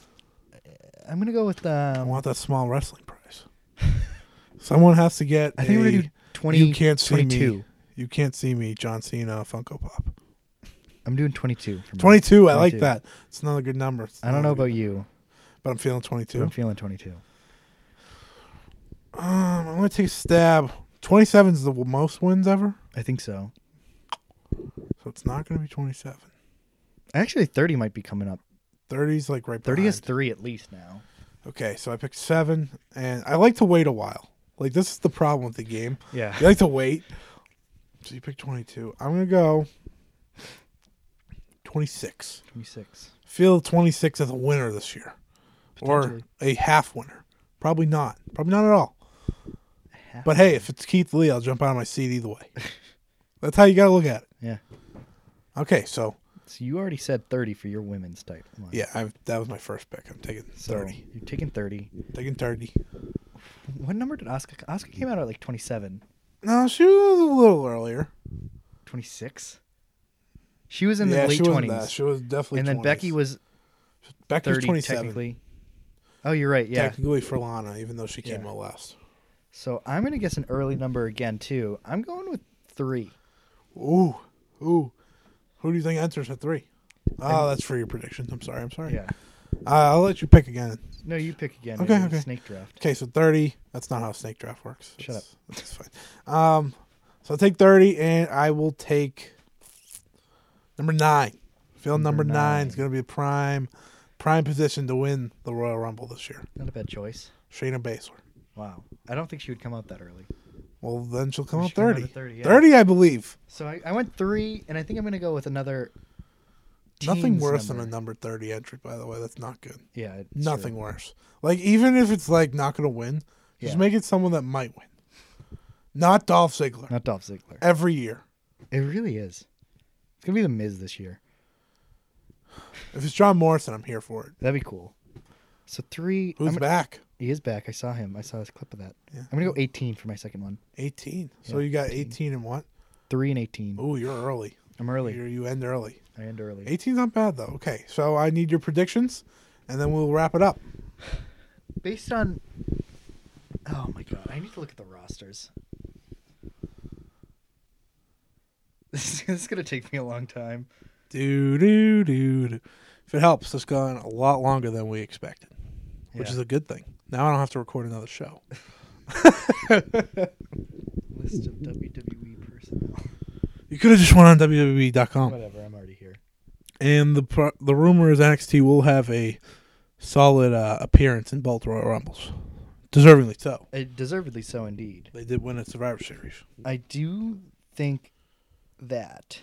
S6: I'm going to go with
S5: I
S6: um.
S5: want that small wrestling prize. Someone has to get.
S6: I think we're
S5: a-
S6: going to do 20.
S5: You can't see
S6: 22.
S5: me. You can't see me. John Cena Funko Pop.
S6: I'm doing 22. for mine.
S5: Twenty-two. I like
S6: 22.
S5: that. It's another good number. It's
S6: I don't know
S5: another
S6: about
S5: good-
S6: you,
S5: But I'm feeling
S6: but
S5: twenty-two.
S6: I'm feeling 22.
S5: Um, I'm gonna take a stab. Twenty-seven is the w- most wins ever,
S6: I think so.
S5: so it's not gonna be twenty-seven.
S6: Actually, 30 might be coming up.
S5: Thirty's like right.
S6: 30 is
S5: behind.
S6: three at least now.
S5: Okay, so I picked seven, and I like to wait a while. Like this is the problem with the game.
S6: Yeah.
S5: You like to wait. So you picked 22. I'm going to go 26.
S6: 26.
S5: Feel 26 as a winner this year or
S6: Potentially.
S5: a half winner. Probably not. Probably not at all.
S6: Half
S5: But hey, if it's Keith Lee, I'll jump out of my seat either way. That's how you got to look at it.
S6: Yeah.
S5: Okay, so
S6: So you already said 30 for your women's type. line.
S5: yeah, I've, that was my first pick. I'm taking
S6: So
S5: 30.
S6: You're taking 30.
S5: Taking 30.
S6: What number did Oscar? Oscar came out at like 27,
S5: No, she was a little earlier.
S6: 26. She was in
S5: yeah,
S6: the late
S5: she wasn't that.
S6: 20s.
S5: She was definitely.
S6: and then
S5: 20s.
S6: Becky was
S5: Becky was
S6: 30
S5: 27
S6: technically. Oh, you're right. Yeah.
S5: technically for Lana, even though she came
S6: Yeah.
S5: out last.
S6: So I'm gonna guess an early number again too. I'm going with three.
S5: Ooh, ooh. Who do you think enters at three? Oh, that's for your predictions. I'm sorry. I'm sorry.
S6: Yeah.
S5: Uh, I'll let you pick again.
S6: No, you pick again.
S5: Okay,
S6: Maybe
S5: okay.
S6: Snake draft.
S5: Okay, so 30. That's not how snake draft works.
S6: Shut
S5: That's- That's fine. Um, so I'll take 30, and I will take number nine. I feel number,
S6: Number
S5: nine. is
S6: nine.
S5: going to be a prime, prime position to win the Royal Rumble this year.
S6: Not a bad choice.
S5: Shayna Baszler.
S6: Wow. I don't think she would come out that early.
S5: Well, then she'll come out
S6: should come out at
S5: 30.
S6: 30,
S5: 30,
S6: yeah.
S5: I believe.
S6: So I, I went three, and I think I'm gonna go with another.
S5: Nothing
S6: teens
S5: worse
S6: number.
S5: than a number 30 entry, by the way. That's not good.
S6: Yeah. it's true.
S5: Nothing worse. Like, even if it's, like, not going to win, just
S6: Yeah.
S5: make it someone that might win. Not Dolph Ziggler.
S6: Not Dolph Ziggler.
S5: Every year.
S6: It really is. It's gonna be the Miz this year.
S5: If it's John Morrison, I'm here for it.
S6: That'd be cool. So three.
S5: Who's
S6: I'm gonna-
S5: back?
S6: He is back. I saw him. I saw his clip of that.
S5: Yeah.
S6: I'm gonna go 18 for my second one.
S5: 18. So you got 18, and what?
S6: Three and 18.
S5: Oh, you're early.
S6: I'm early.
S5: You're, you end early.
S6: I end early.
S5: 18's not bad, though. Okay, so I need your predictions, and then we'll wrap it up.
S6: based on oh my god i need to look at the rosters this is gonna take me a long time
S5: Do, do, do, do. If it helps, it's gone a lot longer than we expected, which
S6: Yeah.
S5: is a good thing. Now I don't have to record another show.
S6: list of wwe personnel
S5: You could have just went on E WWE.com.
S6: whatever i'm already here
S5: And the pro- the rumor is NXT will have a solid uh, appearance in both Royal Rumbles, deservingly so.
S6: Uh, deservedly so indeed
S5: They did win at Survivor Series.
S6: i do think that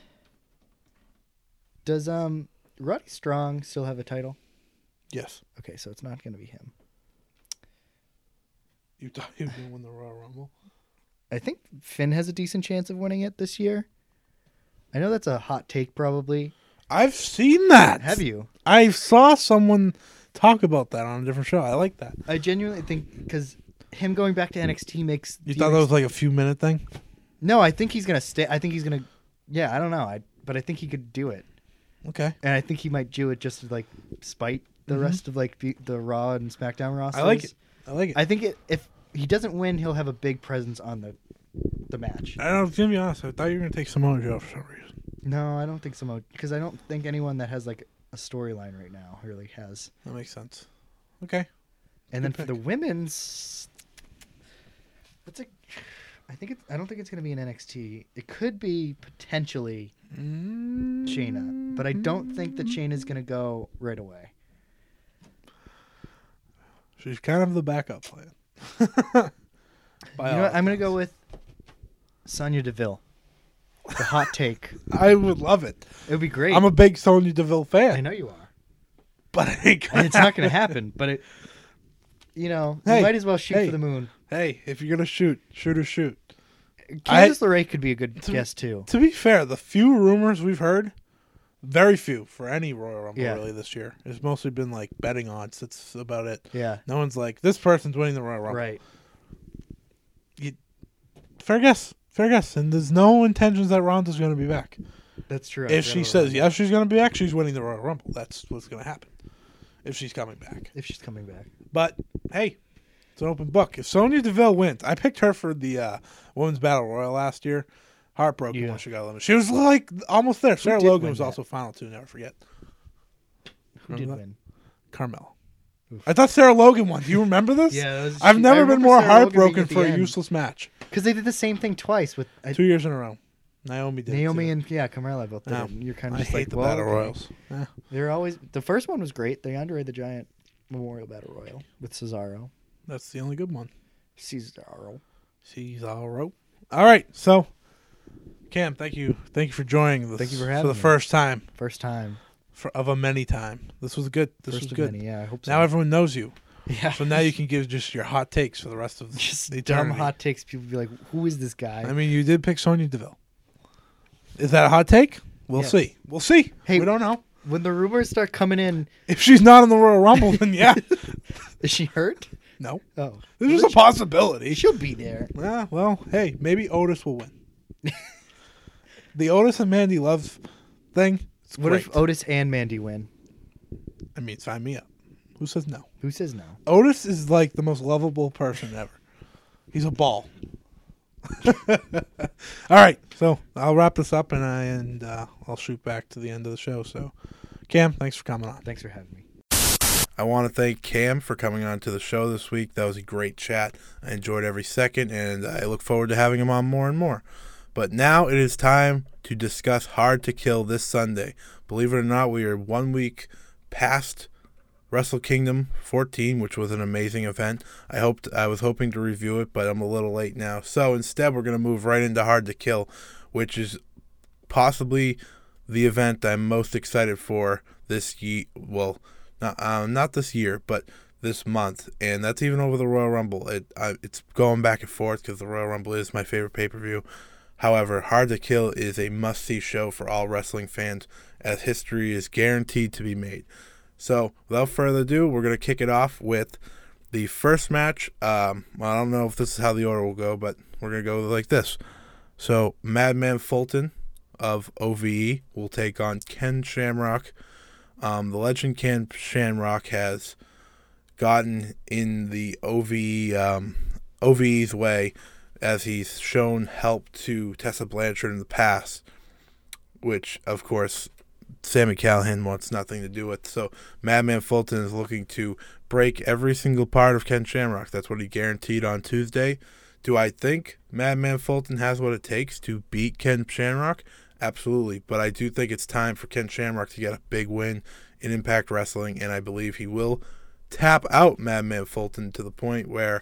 S6: does um roddy strong still have a title
S5: Yes.
S6: okay so it's not gonna be him
S5: You thought he was going to win the Royal Rumble?
S6: I think Finn has a decent chance of winning it this year. I know that's a hot take, probably.
S5: I've seen that.
S6: Have you?
S5: I saw someone talk about that on a different show. I like that.
S6: I genuinely think because him going back to NXT makes
S5: You
S6: the
S5: thought that
S6: NXT
S5: was like a few minute thing?
S6: no. I think he's gonna stay. I think he's gonna. Yeah, I don't know. I but I think he could do it,
S5: Okay.
S6: and I think he might do it just to like spite the rest of like the, the Raw and SmackDown rosters.
S5: Mm-hmm. I like it. I like it. I,
S6: I think it, if he doesn't win, he'll have a big presence on the the match.
S5: don't know. To be honest, I thought you were going to take Samoa Joe for some reason.
S6: No, I don't think so. Because I don't think anyone that has like a storyline right now really has.
S5: That makes sense. Okay.
S6: And then for
S5: pick.
S6: the women's, that's a. I think it's. I don't think it's going to be an NXT. It could be potentially Shayna, but I don't think that Shayna's going to go right away.
S5: She's kind of the backup plan. By
S6: You know
S5: all
S6: what? I'm going to go with Sonya Deville. The hot take.
S5: I would love it.
S6: It would be great.
S5: I'm a big Sonya Deville fan.
S6: I know you are.
S5: But I ain't gonna
S6: And it's not going to happen. But it. You know,
S5: Hey,
S6: you might as well shoot
S5: hey.
S6: for the moon.
S5: Hey, if you're going to shoot, shoot or shoot.
S6: Candice LeRae could be a good
S5: To-
S6: guess too.
S5: To be fair, the few rumors we've heard, very few for any Royal Rumble
S6: Yeah.
S5: really this year. It's mostly been like betting odds. That's about it.
S6: Yeah.
S5: No one's like this person's winning the Royal Rumble.
S6: Right.
S5: Fair guess. Fair guess. And there's no intentions that Ronda's going to be back.
S6: That's true. I
S5: if she
S6: forgot about
S5: says
S6: that.
S5: yes, she's going to be back. She's winning the Royal Rumble. That's what's going to happen. If she's coming back.
S6: if she's coming back.
S5: But hey, it's an open book. If Sonya Deville wins, I picked her for the uh, women's battle royal last year. Heartbroken
S6: Yeah.
S5: when she got eliminated. She was like almost there. Sarah
S6: did
S5: Logan
S6: win
S5: was
S6: that?
S5: also final two. Never forget.
S6: Who did
S5: Remember that?
S6: win?
S5: Carmel. I thought Sarah Logan won. Do you remember this?
S6: Yeah, that was-
S5: I've
S6: she- I
S5: never been
S6: remember
S5: more
S6: Sarah Logan being
S5: heartbroken
S6: at the
S5: for a
S6: end.
S5: useless match.
S6: Because they did the same thing twice with I,
S5: Two years in a row. Naomi did. it,
S6: Naomi
S5: too.
S6: and yeah, Carmella both did.
S5: No.
S6: it, and You're kind of
S5: I
S6: just
S5: hate
S6: like,
S5: the
S6: well,
S5: battle
S6: okay.
S5: royals. Yeah.
S6: They're always the first one was great. The Andre the Giant Memorial Battle Royal with Cesaro.
S5: That's the only good one.
S6: Cesaro.
S5: Cesaro. All right, so
S7: Cam, thank you. Thank you for joining this.
S6: Thank you for
S7: for
S6: having
S7: the
S6: me.
S7: first time
S6: First time.
S7: for, of a many time. This was good. This
S6: First
S7: was
S6: of
S7: good.
S6: many. Yeah, I hope so.
S7: Now everyone knows you.
S6: yeah.
S7: So now you can give just your hot takes for the rest of
S6: just
S7: the
S6: dumb
S7: eternity.
S6: hot takes. People be like, "Who is this guy?"
S7: I mean, you did pick Sonya Deville. Is that a hot take? We'll
S6: Yes.
S7: see. We'll see.
S6: Hey-
S7: we don't know.
S6: when the rumors start coming in,
S7: If she's not in the Royal Rumble, then yeah.
S6: is she hurt?
S7: no.
S6: Oh,
S7: This is a possibility.
S6: she'll be there.
S7: Ah, well, hey, maybe Otis will win. the Otis and Mandy love thing. It's
S6: What
S7: great.
S6: if Otis and Mandy win?
S7: I mean, sign me up. Who says no?
S6: Who says no?
S7: Otis is like the most lovable person ever. He's a ball. All right, so I'll wrap this up and I and uh, I'll shoot back to the end of the show. So, Cam, thanks for coming on.
S6: Thanks for having me.
S7: I want to thank Cam for coming on to the show this week. That was a great chat. I enjoyed every second, and I look forward to having him on more and more. But now it is time to discuss Hard to Kill this Sunday. Believe it or not, we are one week past Wrestle Kingdom 14, which was an amazing event. I hoped I was hoping to review it, but I'm a little late now. So instead, we're going to move right into Hard to Kill, which is possibly the event I'm most excited for this year. Well, not um, not this year, but this month, and that's even over the Royal Rumble. It I, it's going back and forth because the Royal Rumble is my favorite pay per view. However, Hard to Kill is a must see show for all wrestling fans, as history is guaranteed to be made. So, without further ado, we're gonna kick it off with the first match. Um, well, I don't know if this is how the order will go, but we're gonna go like this. So, Madman Fulton of OVE will take on Ken Shamrock. Um, the legend Ken Shamrock has gotten in the OVE um, OVE's way as he's shown help to Tessa Blanchard in the past, which of course Sammy Callahan wants nothing to do with. So Madman Fulton is looking to break every single part of Ken Shamrock. That's what he guaranteed on Tuesday. Do I think Madman Fulton has what it takes to beat Ken Shamrock? Absolutely. But I do think it's time for Ken Shamrock to get a big win in Impact Wrestling, and I believe he will tap out Madman Fulton to the point where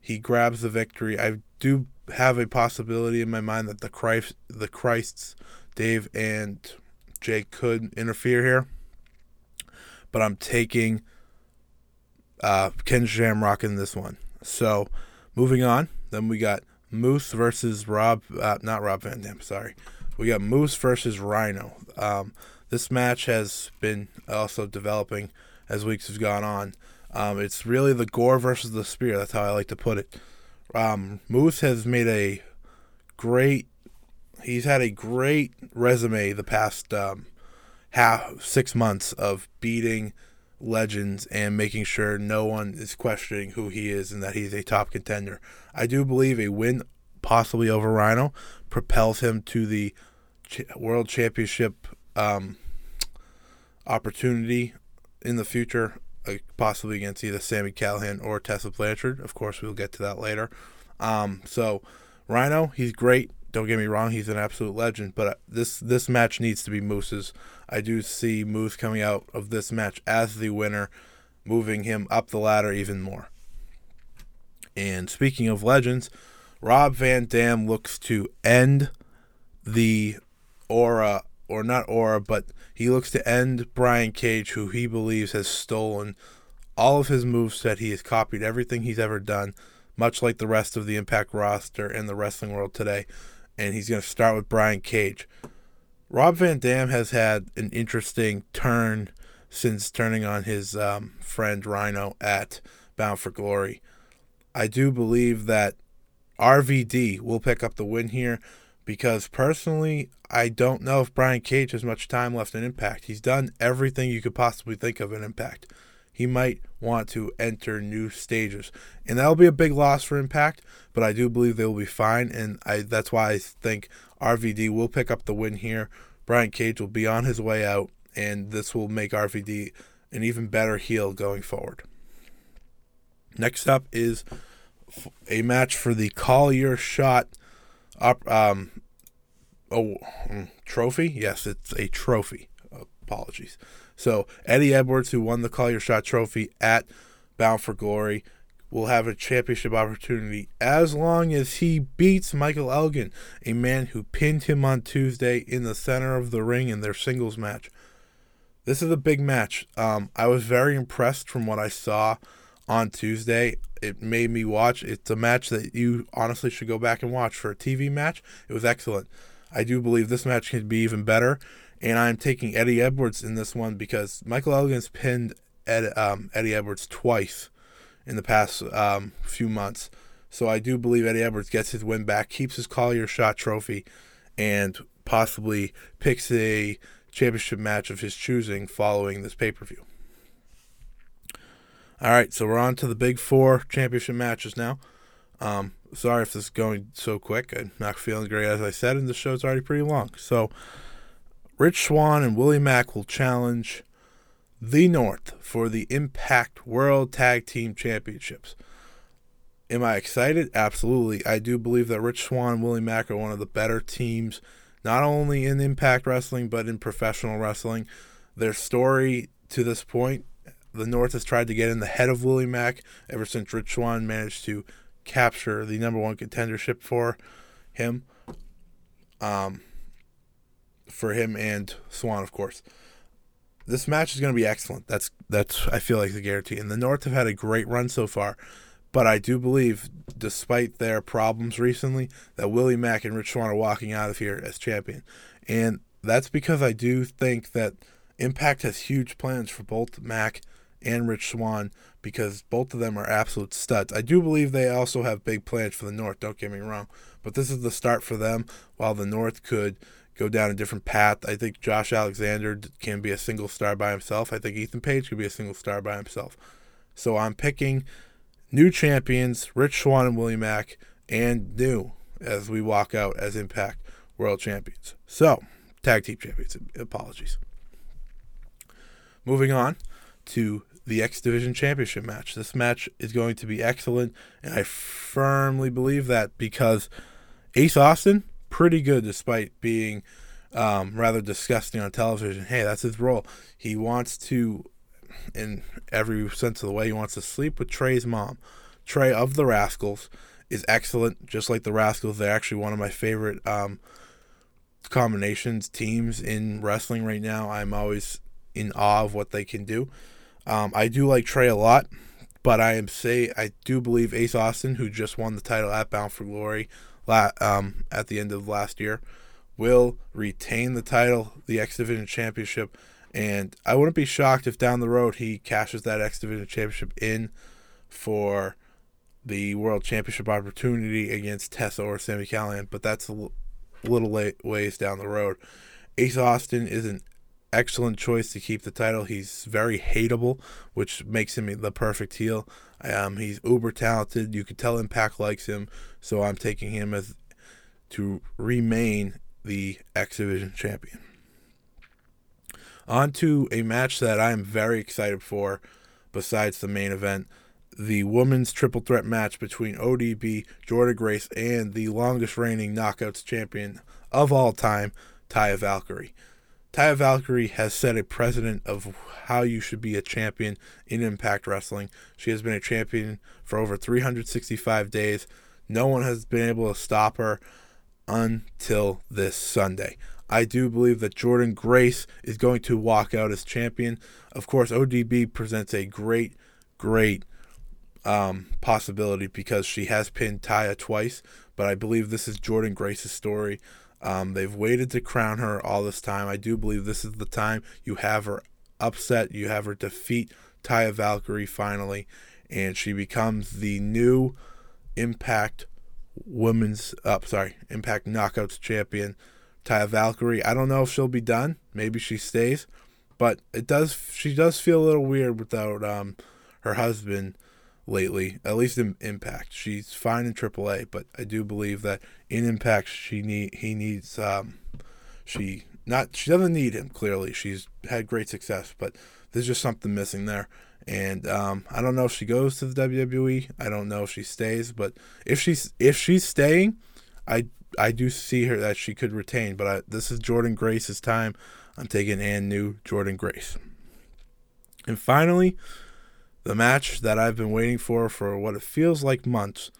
S7: he grabs the victory. I do have a possibility in my mind that the Christ, the Christs, Dave and Jake could interfere here, but I'm taking uh, Ken Shamrock in this one. So, moving on, then we got Moose versus Rob, uh, not Rob Van Dam, sorry. We got Moose versus Rhino. Um, this match has been also developing as weeks have gone on. Um, it's really the gore versus the spear. That's how I like to put it. Um, Moose has made a great. He's had a great resume the past um, half six months of beating legends and making sure no one is questioning who he is and that he's a top contender. I do believe a win, possibly over Rhino, propels him to the ch- world championship um, opportunity in the future, uh, possibly against either Sammy Callahan or Tessa Blanchard. Of course, we'll get to that later. Um, so, Rhino, he's great. Don't get me wrong, he's an absolute legend. But uh, this this match needs to be Moose's. I do see Moose coming out of this match as the winner, moving him up the ladder even more. And speaking of legends, Rob Van Dam looks to end the aura or not aura but he looks to end brian cage who he believes has stolen all of his moves that he has copied everything he's ever done much like the rest of the impact roster and the wrestling world today and he's going to start with brian cage rob van dam has had an interesting turn since turning on his um, friend rhino at bound for glory i do believe that RVD will pick up the win here because personally, I don't know if Brian Cage has much time left in Impact. He's done everything you could possibly think of in Impact. He might want to enter new stages, and that'll be a big loss for Impact. But I do believe they will be fine, and I that's why I think RVD will pick up the win here. Brian Cage will be on his way out, and this will make RVD an even better heel going forward. Next up is f- a match for the Collier Shot op- um, oh, mm, trophy. Yes, it's a trophy. Apologies. So Eddie Edwards, who won the Collier Shot Trophy at Bound for Glory, will have a championship opportunity as long as he beats Michael Elgin, a man who pinned him on Tuesday in the center of the ring in their singles match. This is a big match. Um, I was very impressed from what I saw on Tuesday. It made me watch. It's a match that you honestly should go back and watch for a TV match. It was excellent. I do believe this match could be even better, and I'm taking Eddie Edwards in this one because Michael Elgin's pinned Ed, um, Eddie Edwards twice in the past um, few months. So I do believe Eddie Edwards gets his win back, keeps his Collier Shot trophy, and possibly picks a championship match of his choosing following this pay per view. All right, so we're on to the big four championship matches now. Um, sorry if this is going so quick. I'm not feeling great, as I said, and the show's already pretty long. So, Rich Swan and Willie Mack will challenge the North for the Impact World Tag Team Championships. Am I excited? Absolutely. I do believe that Rich Swan and Willie Mack are one of the better teams, not only in Impact Wrestling, but in professional wrestling. Their story to this point, the North has tried to get in the head of Willie Mack ever since Rich Swan managed to capture the number one contendership for him. Um, for him and Swan, of course this match is going to be excellent. That's that's I feel like the guarantee. And the North have had a great run so far, but I do believe, despite their problems recently, that Willie Mack and Rich Swan are walking out of here as champion, and that's because I do think that Impact has huge plans for both Mack and Rich Swan because both of them are absolute studs. I do believe they also have big plans for the North. Don't get me wrong, but this is the start for them. While the North could go down a different path. I think Josh Alexander can be a single star by himself. I think Ethan Page could be a single star by himself. So I'm picking new champions, Rich Swan and Willie Mack, and new as we walk out as Impact World Champions. So, tag team champions, apologies. Moving on to the X Division Championship match. This match is going to be excellent, and I firmly believe that because Ace Austin pretty good despite being um, rather disgusting on television. Hey, that's his role. He wants to, in every sense of the way, he wants to sleep with Trey's mom. Trey of the Rascals is excellent, just like the Rascals. They're actually one of my favorite um, combinations, teams in wrestling right now. I'm always in awe of what they can do. Um, I do like Trey a lot, but I am say I do believe Ace Austin, who just won the title at Bound for Glory, la- um, at the end of last year, will retain the title, the X Division Championship. And I wouldn't be shocked if down the road he cashes that X Division Championship in for the World Championship opportunity against Tessa or Sammy Callahan, but that's a l- little late ways down the road. Ace Austin is an excellent choice to keep the title. He's very hateable, which makes him the perfect heel. Um, he's uber talented. You could tell Impact likes him, so I'm taking him as to remain the X Division champion. On to a match that I am very excited for, besides the main event. The women's triple threat match between ODB, Jordan Grace, and the longest reigning knockouts champion of all time, Taya Valkyrie. Taya Valkyrie has set a precedent of how you should be a champion in Impact Wrestling. She has been a champion for over 365 days. No one has been able to stop her until this Sunday. I do believe that Jordan Grace is going to walk out as champion. Of course, ODB presents a great, great um, possibility because she has pinned Taya twice, but I believe this is Jordan Grace's story. Um, they've waited to crown her all this time. I do believe this is the time you have her upset, you have her defeat Taya Valkyrie finally, and she becomes the new Impact Women's, up uh, sorry, Impact Knockouts champion, Taya Valkyrie. I don't know if she'll be done. Maybe she stays, but it does. She does feel a little weird without um, her husband lately, at least in Impact. She's fine in AAA, but I do believe that in Impact she need he needs um, she not she doesn't need him clearly. She's had great success, but there's just something missing there. And um, I don't know if she goes to the WWE. I don't know if she stays, but if she's if she's staying, I I do see her that she could retain. But I, this is Jordan Grace's time. I'm taking and new Jordan Grace. And finally, The match that I've been waiting for for what it feels like months.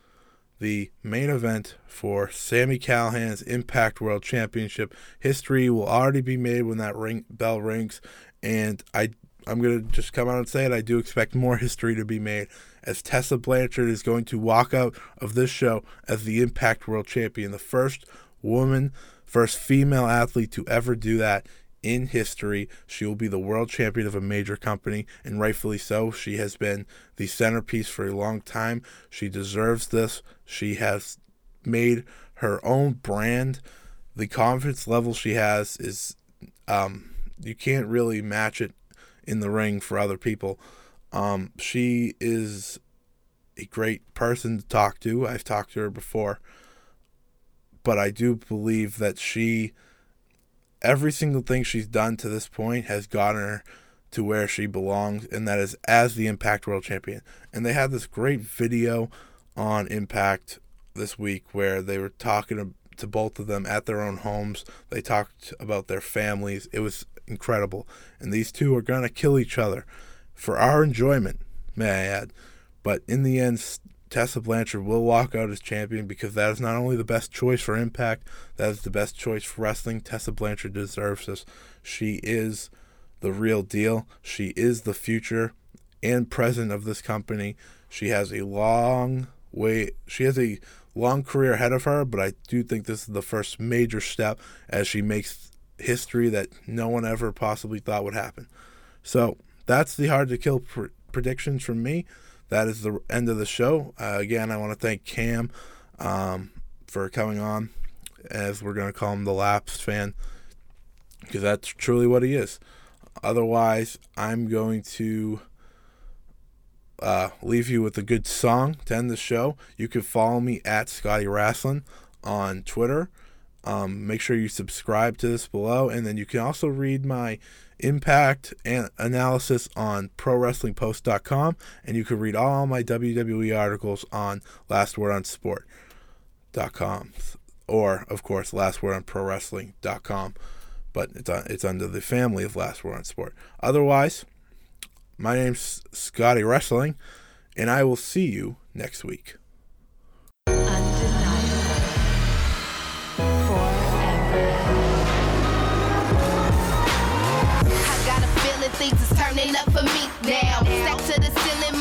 S7: The main event for Sammy Callahan's Impact World Championship. History will already be made when that ring bell rings, and I I'm gonna just come out and say it. I do expect more history to be made as Tessa Blanchard is going to walk out of this show as the Impact World Champion, the first woman, first female athlete to ever do that in history. She will be the world champion of a major company, and rightfully so. She has been the centerpiece for a long time. She deserves this. She has made her own brand. The confidence level she has is, um, you can't really match it in the ring for other people. Um, she is a great person to talk to. I've talked to her before, but I do believe that she, every single thing she's done to this point, has gotten her to where she belongs, and that is as the Impact World Champion. And they had this great video on Impact this week where they were talking to, to both of them at their own homes. They talked about their families. It was incredible. And these two are going to kill each other for our enjoyment, may I add. But in the end, S- Tessa Blanchard will walk out as champion because that is not only the best choice for Impact, that is the best choice for wrestling. Tessa Blanchard deserves this. She is the real deal. She is the future and present of this company. She has a long way. She has a long career ahead of her, but I do think this is the first major step as she makes history that no one ever possibly thought would happen. So that's the hard to kill pr- predictions from me. That is the end of the show. Uh, again, I want to thank Cam um, for coming on, as we're going to call him the lapsed fan, because that's truly what he is. Otherwise, I'm going to uh, leave you with a good song to end the show. You can follow me at Scotty Rasslin on Twitter. Um, make sure you subscribe to this below, and then you can also read my impact and analysis on ProWrestlingPost.com, and you can read all my WWE articles on LastWordOnSport.com, or of course LastWordOnProWrestling.com. But it's on, it's under the family of Last Word on Sport. Otherwise, my name's Scotty Wrestling, and I will see you next week.
S8: Undeniable. Forever. I got a feeling things is turning up for me now. Stack to the ceiling,